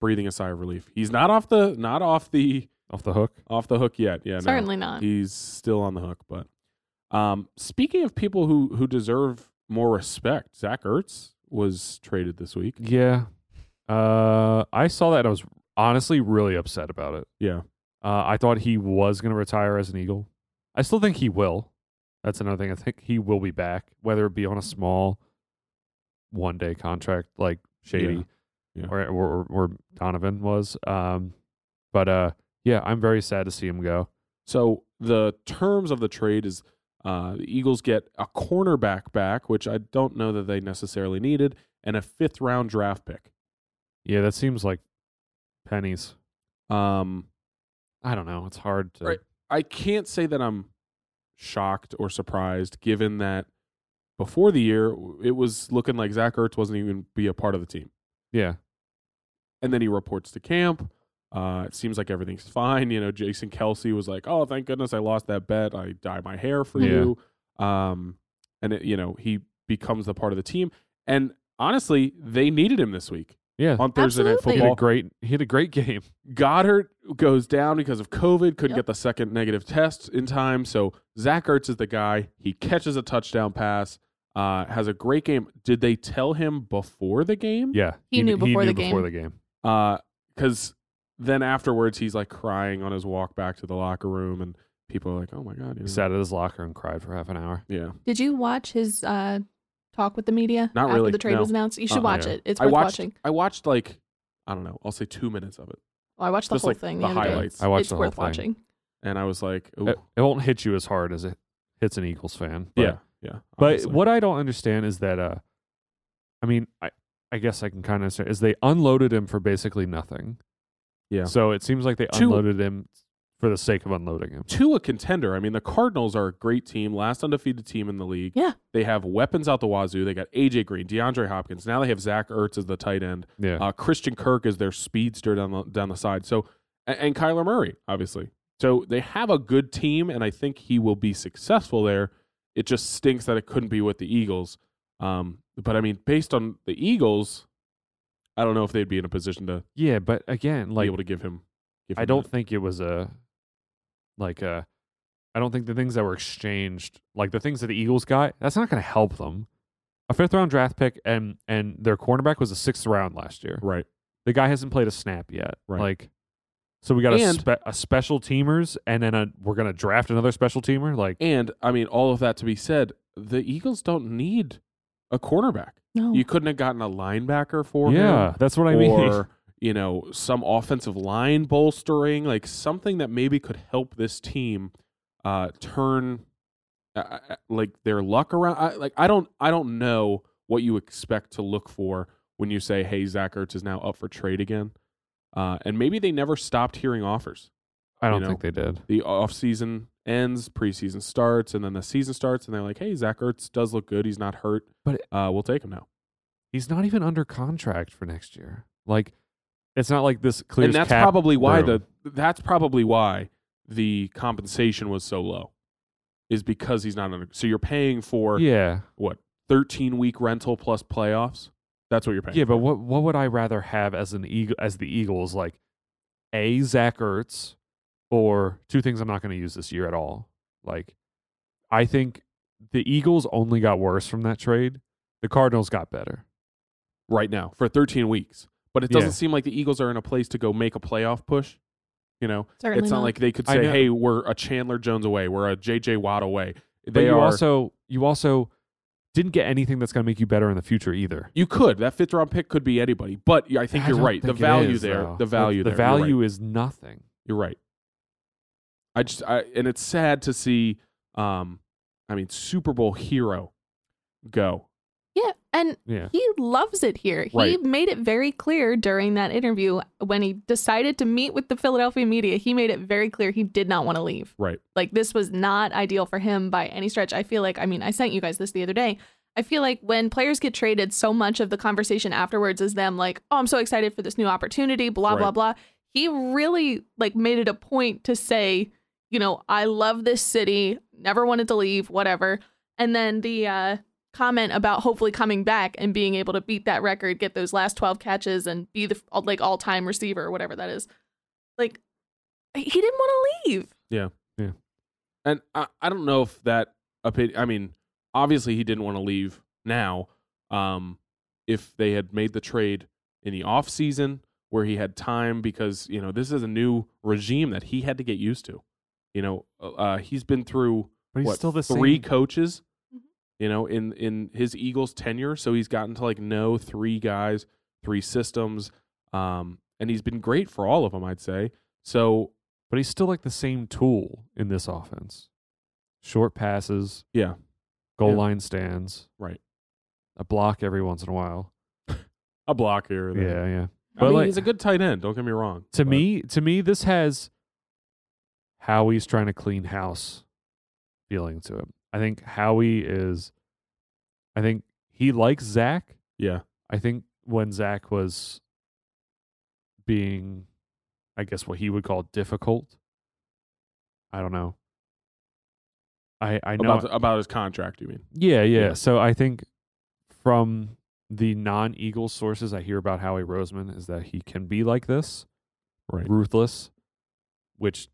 [SPEAKER 1] breathing a sigh of relief. He's not off the not off the
[SPEAKER 2] Off the hook.
[SPEAKER 1] off the hook yet. Yeah, no.
[SPEAKER 3] Certainly not.
[SPEAKER 1] He's still on the hook, but um, speaking of people who who deserve more respect, Zach Ertz was traded this week.
[SPEAKER 2] Yeah. Uh I saw that and I was honestly really upset about it.
[SPEAKER 1] Yeah,
[SPEAKER 2] Uh, I thought he was going to retire as an Eagle. I still think he will. That's another thing. I think he will be back, whether it be on a small one day contract like Shady
[SPEAKER 1] Yeah. Yeah.
[SPEAKER 2] Or, or, or Donovan was. Um, but uh, yeah, I'm very sad to see him go.
[SPEAKER 1] So the terms of the trade is uh, the Eagles get a cornerback back, which I don't know that they necessarily needed, and a fifth round draft pick.
[SPEAKER 2] Yeah, that seems like pennies.
[SPEAKER 1] Um,
[SPEAKER 2] I don't know. It's hard to.
[SPEAKER 1] Right. I can't say that I'm shocked or surprised, given that before the year it was looking like Zach Ertz wasn't even gonna be a part of the team,
[SPEAKER 2] Yeah.
[SPEAKER 1] and then he reports to camp. Uh, it seems like everything's *laughs* fine. You know, Jason Kelsey was like, "Oh, thank goodness I lost that bet. I dye my hair for
[SPEAKER 2] Yeah.
[SPEAKER 1] you." Um, and it, you know he becomes the part of the team. And honestly, they needed him this week
[SPEAKER 2] Yeah.
[SPEAKER 1] on Thursday
[SPEAKER 3] Absolutely.
[SPEAKER 1] Night
[SPEAKER 2] He had
[SPEAKER 1] Football.
[SPEAKER 2] a great. He had a great *laughs* game.
[SPEAKER 1] Goddard goes down because of COVID, couldn't get
[SPEAKER 3] Yep.
[SPEAKER 1] the second negative test in time. So Zach Ertz is the guy. He catches a touchdown pass, uh, has a great game. Did they tell him before the game?
[SPEAKER 2] Yeah.
[SPEAKER 3] He knew before the
[SPEAKER 2] before
[SPEAKER 3] game.
[SPEAKER 2] the game.
[SPEAKER 1] Because then afterwards, he's like crying on his walk back to the locker room, and people are like, oh my God. you know.
[SPEAKER 2] He sat at his locker and cried for half an hour.
[SPEAKER 1] Yeah.
[SPEAKER 3] Did you watch his uh, talk with the media
[SPEAKER 1] Not
[SPEAKER 3] after
[SPEAKER 1] really,
[SPEAKER 3] the trade
[SPEAKER 1] no.
[SPEAKER 3] was announced? You should
[SPEAKER 1] Uh-uh.
[SPEAKER 3] watch
[SPEAKER 2] Yeah.
[SPEAKER 3] it. It's
[SPEAKER 1] I
[SPEAKER 3] worth
[SPEAKER 1] watched,
[SPEAKER 3] watching.
[SPEAKER 1] I watched like, I don't know, I'll say two minutes of it.
[SPEAKER 3] Oh, I watched the
[SPEAKER 1] just
[SPEAKER 3] whole
[SPEAKER 1] like
[SPEAKER 3] thing.
[SPEAKER 1] the
[SPEAKER 3] other day.
[SPEAKER 1] highlights.
[SPEAKER 2] I watched
[SPEAKER 3] it's
[SPEAKER 2] the whole
[SPEAKER 3] worth
[SPEAKER 2] thing.
[SPEAKER 3] watching.
[SPEAKER 1] And I was like, ooh.
[SPEAKER 2] it, it won't hit you as hard as it hits an Eagles fan. But,
[SPEAKER 1] yeah. Yeah.
[SPEAKER 2] But
[SPEAKER 1] obviously.
[SPEAKER 2] what I don't understand is that, uh, I mean, I, I guess I can kind of understand is they unloaded him for basically nothing.
[SPEAKER 1] Yeah.
[SPEAKER 2] So it seems like they
[SPEAKER 1] Two-
[SPEAKER 2] unloaded him for the sake of unloading him.
[SPEAKER 1] to a contender. I mean, the Cardinals are a great team, last undefeated team in the league.
[SPEAKER 3] Yeah.
[SPEAKER 1] They have weapons out the wazoo. They got AJ Green, DeAndre Hopkins. Now they have Zach Ertz as the tight end.
[SPEAKER 2] Yeah.
[SPEAKER 1] Uh, Christian Kirk is their speedster down the, down the side. So and, and Kyler Murray, obviously. So they have a good team, and I think he will be successful there. It just stinks that it couldn't be with the Eagles. Um, but I mean, based on the Eagles, I don't know if they'd be in a position to
[SPEAKER 2] yeah. But again,
[SPEAKER 1] be
[SPEAKER 2] like,
[SPEAKER 1] able to give him. Give him
[SPEAKER 2] I don't
[SPEAKER 1] that.
[SPEAKER 2] think it was a, like, I I don't think the things that were exchanged, like the things that the Eagles got, that's not going to help them. A fifth round draft pick and and their cornerback was a sixth round last year.
[SPEAKER 1] right.
[SPEAKER 2] The guy hasn't played a snap yet.
[SPEAKER 1] Right.
[SPEAKER 2] Like, so we got a,
[SPEAKER 1] And-
[SPEAKER 2] spe- a special teamers, and then a, we're gonna draft another special teamer. Like,
[SPEAKER 1] And I mean, all of that to be said, the Eagles don't need a cornerback.
[SPEAKER 3] No.
[SPEAKER 1] You couldn't have gotten a linebacker for
[SPEAKER 2] Oh. yeah, *laughs*
[SPEAKER 1] him,
[SPEAKER 2] that's what I mean.
[SPEAKER 1] or you know, some offensive line bolstering, like something that maybe could help this team uh, turn I- I- like their luck around. I, like I don't I don't know what you expect to look for when you say, "Hey, Zach Ertz is now up for trade again," uh, and maybe they never stopped hearing offers
[SPEAKER 2] I
[SPEAKER 1] you
[SPEAKER 2] don't
[SPEAKER 1] know.
[SPEAKER 2] think they did.
[SPEAKER 1] the off season ends, preseason starts, and then the season starts, and they're like, "Hey, Zach Ertz does look good. He's not hurt,
[SPEAKER 2] But-
[SPEAKER 1] uh, we'll take him now."
[SPEAKER 2] He's not even under contract for next year. Like, it's not like this clears.
[SPEAKER 1] and that's
[SPEAKER 2] cap
[SPEAKER 1] probably why
[SPEAKER 2] room.
[SPEAKER 1] the that's probably why the compensation was so low, is because he's not under. So you're paying for
[SPEAKER 2] yeah
[SPEAKER 1] what thirteen week rental plus playoffs. That's what you're paying.
[SPEAKER 2] yeah. But what what would I rather have as an eagle as the Eagles like a Zach Ertz or two things I'm not going to use this year at all. Like, I think the Eagles only got worse from that trade. The Cardinals got better.
[SPEAKER 1] right now for thirteen weeks. But it doesn't
[SPEAKER 2] Yeah.
[SPEAKER 1] seem like the Eagles are in a place to go make a playoff push. You know,
[SPEAKER 3] Certainly
[SPEAKER 1] it's not, like they could
[SPEAKER 2] I
[SPEAKER 1] say,
[SPEAKER 2] know.
[SPEAKER 1] "Hey, we're a Chandler Jones away. We're a J.J. Watt away."
[SPEAKER 2] But
[SPEAKER 1] They
[SPEAKER 2] you
[SPEAKER 1] are
[SPEAKER 2] also you also didn't get anything that's going to make you better in the future either.
[SPEAKER 1] You could. That fifth round pick could be anybody. But yeah, I think
[SPEAKER 2] I
[SPEAKER 1] you're
[SPEAKER 2] don't
[SPEAKER 1] right. the
[SPEAKER 2] think it
[SPEAKER 1] value
[SPEAKER 2] is,
[SPEAKER 1] there.
[SPEAKER 2] though.
[SPEAKER 1] The value
[SPEAKER 2] The
[SPEAKER 1] there.
[SPEAKER 2] value
[SPEAKER 1] You're right.
[SPEAKER 2] is nothing.
[SPEAKER 1] You're right. I just I, and it's sad to see um I mean Super Bowl hero go.
[SPEAKER 3] Yeah, and
[SPEAKER 2] Yeah.
[SPEAKER 3] he loves it here. He
[SPEAKER 1] Right.
[SPEAKER 3] made it very clear during that interview when he decided to meet with the Philadelphia media. He made it very clear he did not want to leave.
[SPEAKER 1] Right.
[SPEAKER 3] Like this was not ideal for him by any stretch. I feel like I mean, I sent you guys this the other day. I feel like when players get traded, so much of the conversation afterwards is them like, "Oh, I'm so excited for this new opportunity, blah blah
[SPEAKER 1] Right.
[SPEAKER 3] blah." He really like made it a point to say, you know, I love this city, never wanted to leave, whatever. And then the uh comment about hopefully coming back and being able to beat that record, get those last 12 catches and be the like all-time receiver or whatever that is. Like he didn't want to leave.
[SPEAKER 1] And I, I don't know if that opinion I mean, obviously he didn't want to leave now. Um if they had made the trade in the off season where he had time because, you know, this is a new regime that he had to get used to. You know, uh he's been through
[SPEAKER 2] But he's
[SPEAKER 1] what,
[SPEAKER 2] still the
[SPEAKER 1] three
[SPEAKER 2] same.
[SPEAKER 1] coaches,
[SPEAKER 3] Mhm.
[SPEAKER 1] you know, in in his Eagles tenure. So he's gotten to like know three guys, three systems, um, and he's been great for all of them, I'd say. So
[SPEAKER 2] but he's still like the same tool in this offense. Short passes,
[SPEAKER 1] yeah,
[SPEAKER 2] goal
[SPEAKER 1] Yeah.
[SPEAKER 2] line stands,
[SPEAKER 1] Right.
[SPEAKER 2] A block every once in a while.
[SPEAKER 1] a block here. or there.
[SPEAKER 2] Yeah, yeah.
[SPEAKER 1] I
[SPEAKER 2] But
[SPEAKER 1] mean,
[SPEAKER 2] like
[SPEAKER 1] he's a good tight end. Don't get me wrong.
[SPEAKER 2] to
[SPEAKER 1] but-
[SPEAKER 2] me, to me, this has Howie's trying to clean house feeling to him. I think Howie is. I think he likes Zach.
[SPEAKER 1] yeah,
[SPEAKER 2] I think when Zach was being, I guess what he would call difficult. I don't know. I I know
[SPEAKER 1] about the- about his contract. You mean?
[SPEAKER 2] yeah, yeah,
[SPEAKER 1] Yeah.
[SPEAKER 2] So I think from the non Eagles sources I hear about Howie Roseman is that he can be like this,
[SPEAKER 1] Right.
[SPEAKER 2] ruthless, which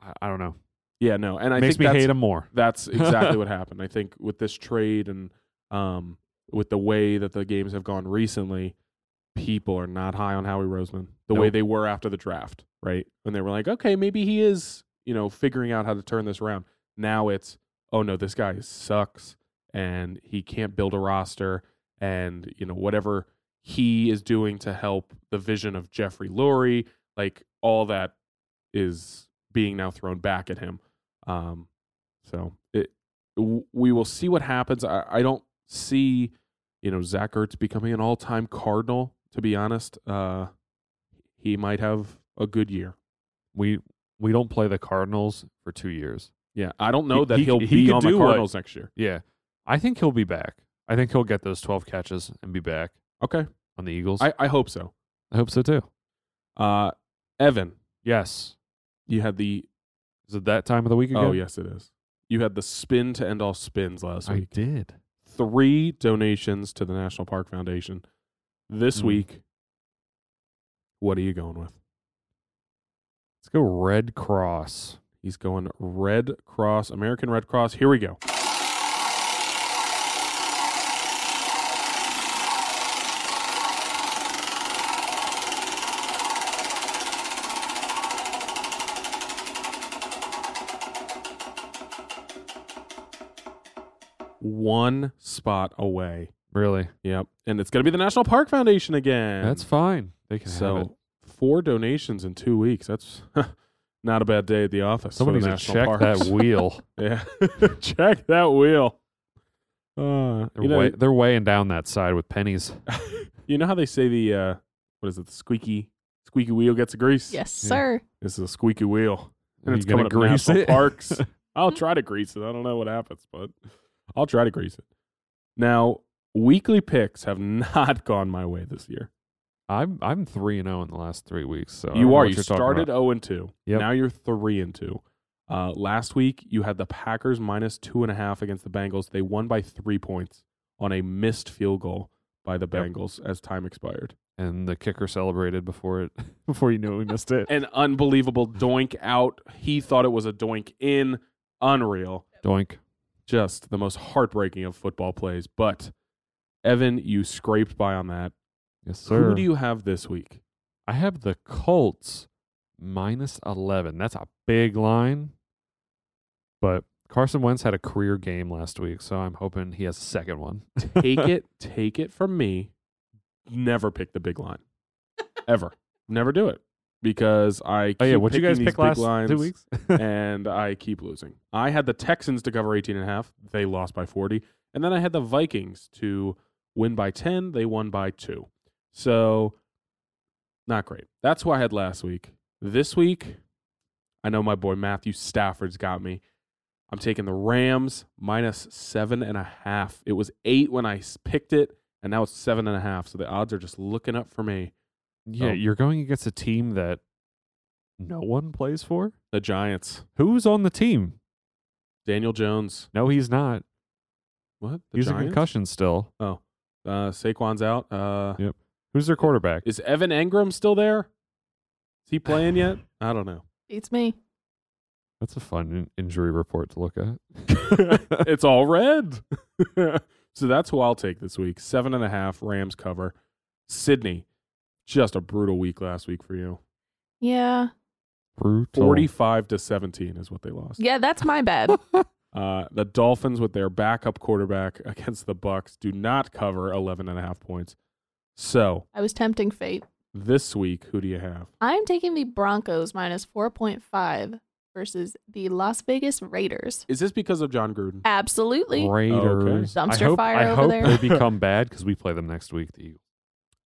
[SPEAKER 2] I, I don't know.
[SPEAKER 1] Yeah, no, and I
[SPEAKER 2] makes
[SPEAKER 1] think
[SPEAKER 2] me
[SPEAKER 1] that's,
[SPEAKER 2] hate him more.
[SPEAKER 1] *laughs* That's exactly what happened. I think with this trade and um, with the way that the games have gone recently, people are not high on Howie Roseman the way
[SPEAKER 2] Nope.
[SPEAKER 1] they were after the draft, right? When they were like, okay, maybe he is, you know, figuring out how to turn this around. Now it's, oh no, this guy sucks and he can't build a roster and, you know, whatever he is doing to help the vision of Jeffrey Lurie, like all that is being now thrown back at him. Um, so it, w- we will see what happens. I, I don't see, you know, Zach Ertz becoming an all-time Cardinal. To be honest, uh, he might have a good year.
[SPEAKER 2] We we don't play the Cardinals for two years.
[SPEAKER 1] Yeah, I don't know
[SPEAKER 2] He-
[SPEAKER 1] that
[SPEAKER 2] he-
[SPEAKER 1] he, will
[SPEAKER 2] he
[SPEAKER 1] be
[SPEAKER 2] could
[SPEAKER 1] on the
[SPEAKER 2] do what-
[SPEAKER 1] Cardinals next year.
[SPEAKER 2] Yeah, I think he'll be back. I think he'll get those twelve catches and be back
[SPEAKER 1] Okay,
[SPEAKER 2] on the Eagles.
[SPEAKER 1] I, I hope so.
[SPEAKER 2] I hope so too.
[SPEAKER 1] Uh, Evan,
[SPEAKER 2] Yes.
[SPEAKER 1] you had the
[SPEAKER 2] Is it that time of the week again?
[SPEAKER 1] oh yes, it is. You had the spin to end all spins last
[SPEAKER 2] I
[SPEAKER 1] week.
[SPEAKER 2] did.
[SPEAKER 1] Three donations to the National Park Foundation this
[SPEAKER 2] Mm.
[SPEAKER 1] week. What are you going with?
[SPEAKER 2] Let's go Red Cross.
[SPEAKER 1] He's going Red Cross, American Red Cross. Here we go. One spot away.
[SPEAKER 2] Really?
[SPEAKER 1] Yep. And it's going to be the National Park Foundation again.
[SPEAKER 2] That's fine. They can have it.
[SPEAKER 1] So four donations in two weeks. That's *laughs* Not a bad day at the office. for
[SPEAKER 2] Somebody
[SPEAKER 1] the
[SPEAKER 2] needs to
[SPEAKER 1] national
[SPEAKER 2] check
[SPEAKER 1] parks. *laughs*
[SPEAKER 2] that wheel.
[SPEAKER 1] Yeah, *laughs* check that wheel. Uh,
[SPEAKER 2] They're,
[SPEAKER 1] you, know,
[SPEAKER 2] weigh- they're weighing down that side with pennies.
[SPEAKER 1] you know how they say the uh, what is it? The squeaky squeaky wheel gets the grease.
[SPEAKER 3] Yes,
[SPEAKER 2] Yeah.
[SPEAKER 3] sir.
[SPEAKER 1] this is a squeaky wheel, and
[SPEAKER 2] You
[SPEAKER 1] it's
[SPEAKER 2] gonna
[SPEAKER 1] coming up
[SPEAKER 2] grease
[SPEAKER 1] national
[SPEAKER 2] it?
[SPEAKER 1] parks.
[SPEAKER 2] *laughs*
[SPEAKER 1] I'll try to grease it. I don't know what happens, but I'll try to grease it. Now, weekly picks have *laughs* not gone my way this year.
[SPEAKER 2] I'm I'm three and zero in the last three weeks. So I don't
[SPEAKER 1] you
[SPEAKER 2] know
[SPEAKER 1] are.
[SPEAKER 2] what
[SPEAKER 1] You
[SPEAKER 2] you're talking
[SPEAKER 1] started
[SPEAKER 2] about.
[SPEAKER 1] zero and two.
[SPEAKER 2] Yep.
[SPEAKER 1] Now you're three and two. Uh, last week you had the Packers minus two and a half against the Bengals. They won by three points on a missed field goal by the
[SPEAKER 2] Yep.
[SPEAKER 1] Bengals as time expired.
[SPEAKER 2] and the kicker celebrated before it *laughs* before you knew it, we missed it.
[SPEAKER 1] An unbelievable doink out. He thought it was a doink in. Unreal.
[SPEAKER 2] Doink.
[SPEAKER 1] just the most heartbreaking of football plays. But Evan, you scraped by on that.
[SPEAKER 2] Yes, sir.
[SPEAKER 1] Who do you have this week?
[SPEAKER 2] I have the Colts minus 11. That's a big line. But Carson Wentz had a career game last week, so I'm hoping he has a second one.
[SPEAKER 1] Take it, take it from me. Never pick the big line, ever. Never do it because I.
[SPEAKER 2] Oh yeah,
[SPEAKER 1] keep
[SPEAKER 2] what you guys
[SPEAKER 1] picking these
[SPEAKER 2] pick
[SPEAKER 1] big
[SPEAKER 2] last
[SPEAKER 1] lines
[SPEAKER 2] two weeks? *laughs*
[SPEAKER 1] and I keep losing. I had the Texans to cover 18 and a half. They lost by 40. And then I had the Vikings to win by 10. They won by 2. So not great. That's what I had last week. This week, I know my boy Matthew Stafford's got me. I'm taking the Rams minus seven and a half. It was eight when I s- picked it, and now it's seven and a half. So the odds are just looking up for me.
[SPEAKER 2] Yeah,
[SPEAKER 1] Oh.
[SPEAKER 2] you're going against a team that no one plays for.
[SPEAKER 1] The Giants.
[SPEAKER 2] Who's on the team?
[SPEAKER 1] Daniel Jones.
[SPEAKER 2] No, he's not.
[SPEAKER 1] What? The
[SPEAKER 2] he's a
[SPEAKER 1] Giants?
[SPEAKER 2] concussion still.
[SPEAKER 1] Oh, uh, Saquon's out. Uh,
[SPEAKER 2] Who's their quarterback?
[SPEAKER 1] is Evan Engram still there? Is he playing yet? *laughs* I don't know.
[SPEAKER 3] Beats me.
[SPEAKER 2] That's a fun in- injury report to look at.
[SPEAKER 1] it's all red. *laughs* so that's who I'll take this week. Seven and a half Rams cover. Sydney, just a brutal week last week for you.
[SPEAKER 3] Yeah.
[SPEAKER 2] Brutal.
[SPEAKER 1] Forty-five to seventeen is what they lost.
[SPEAKER 3] Yeah, that's
[SPEAKER 2] *laughs*
[SPEAKER 3] my bad.
[SPEAKER 1] Uh, the Dolphins with their backup quarterback *laughs* against the Bucks do not cover eleven and a half points. So
[SPEAKER 3] I was tempting fate.
[SPEAKER 1] this week, who do you have?
[SPEAKER 3] I'm taking the Broncos minus 4.5 versus the Las Vegas Raiders.
[SPEAKER 1] Is this because of John Gruden?
[SPEAKER 3] Absolutely.
[SPEAKER 2] Raiders. I
[SPEAKER 3] Dumpster
[SPEAKER 2] hope-
[SPEAKER 3] fire
[SPEAKER 2] I
[SPEAKER 3] over
[SPEAKER 2] hope
[SPEAKER 3] there.
[SPEAKER 1] *laughs*
[SPEAKER 2] they become bad because we play them next week. The Eagles.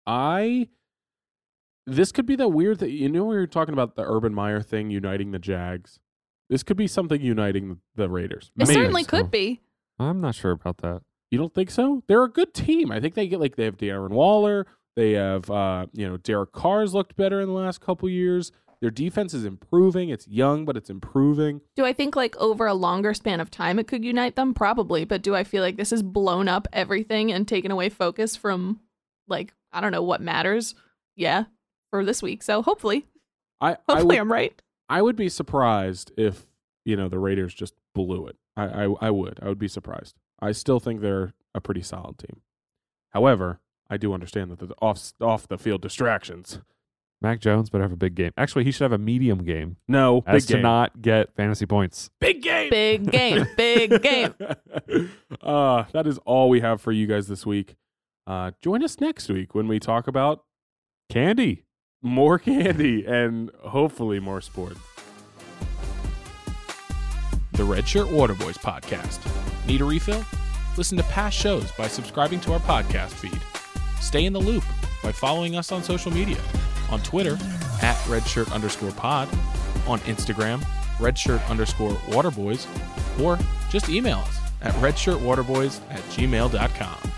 [SPEAKER 1] I this could be that weird that you know we were talking about the Urban Meyer thing uniting the Jags. This could be something uniting the, the Raiders.
[SPEAKER 3] It
[SPEAKER 1] Maybe.
[SPEAKER 3] certainly
[SPEAKER 2] so.
[SPEAKER 3] could be.
[SPEAKER 2] I'm not sure about that.
[SPEAKER 1] You don't think so? They're a good team. I think they get like they have Darren Waller. They have uh, you know Derek Carr's looked better in the last couple years. Their defense is improving. It's young, but it's improving.
[SPEAKER 3] Do I think like over a longer span of time it could unite them? Probably, but do I feel like this has blown up everything and taken away focus from like I don't know what matters? Yeah, for this week. So hopefully,
[SPEAKER 1] I I
[SPEAKER 3] hopefully
[SPEAKER 1] would,
[SPEAKER 3] I'm right.
[SPEAKER 1] I would be surprised if you know the Raiders just blew it. I, I I would. I would be surprised. I still think they're a pretty solid team. However, I do understand that the off off the field distractions.
[SPEAKER 2] Mac Jones better have a big game. Actually, he should have a medium game
[SPEAKER 1] No
[SPEAKER 2] as
[SPEAKER 1] big
[SPEAKER 2] to
[SPEAKER 1] game.
[SPEAKER 2] not get fantasy points.
[SPEAKER 1] big game.
[SPEAKER 3] Big game, big game.
[SPEAKER 1] *laughs* uh, that is all we have for you guys this week. Uh, join us next week when we talk about
[SPEAKER 2] Candy.
[SPEAKER 1] more candy and hopefully more sports.
[SPEAKER 5] the Redshirt Waterboys podcast. Need a refill? Listen to past shows by subscribing to our podcast feed. Stay in the loop by following us on social media on Twitter at redshirt underscore pod, on Instagram, redshirt underscore waterboys, or just email us at redshirtwaterboys at gmail.com.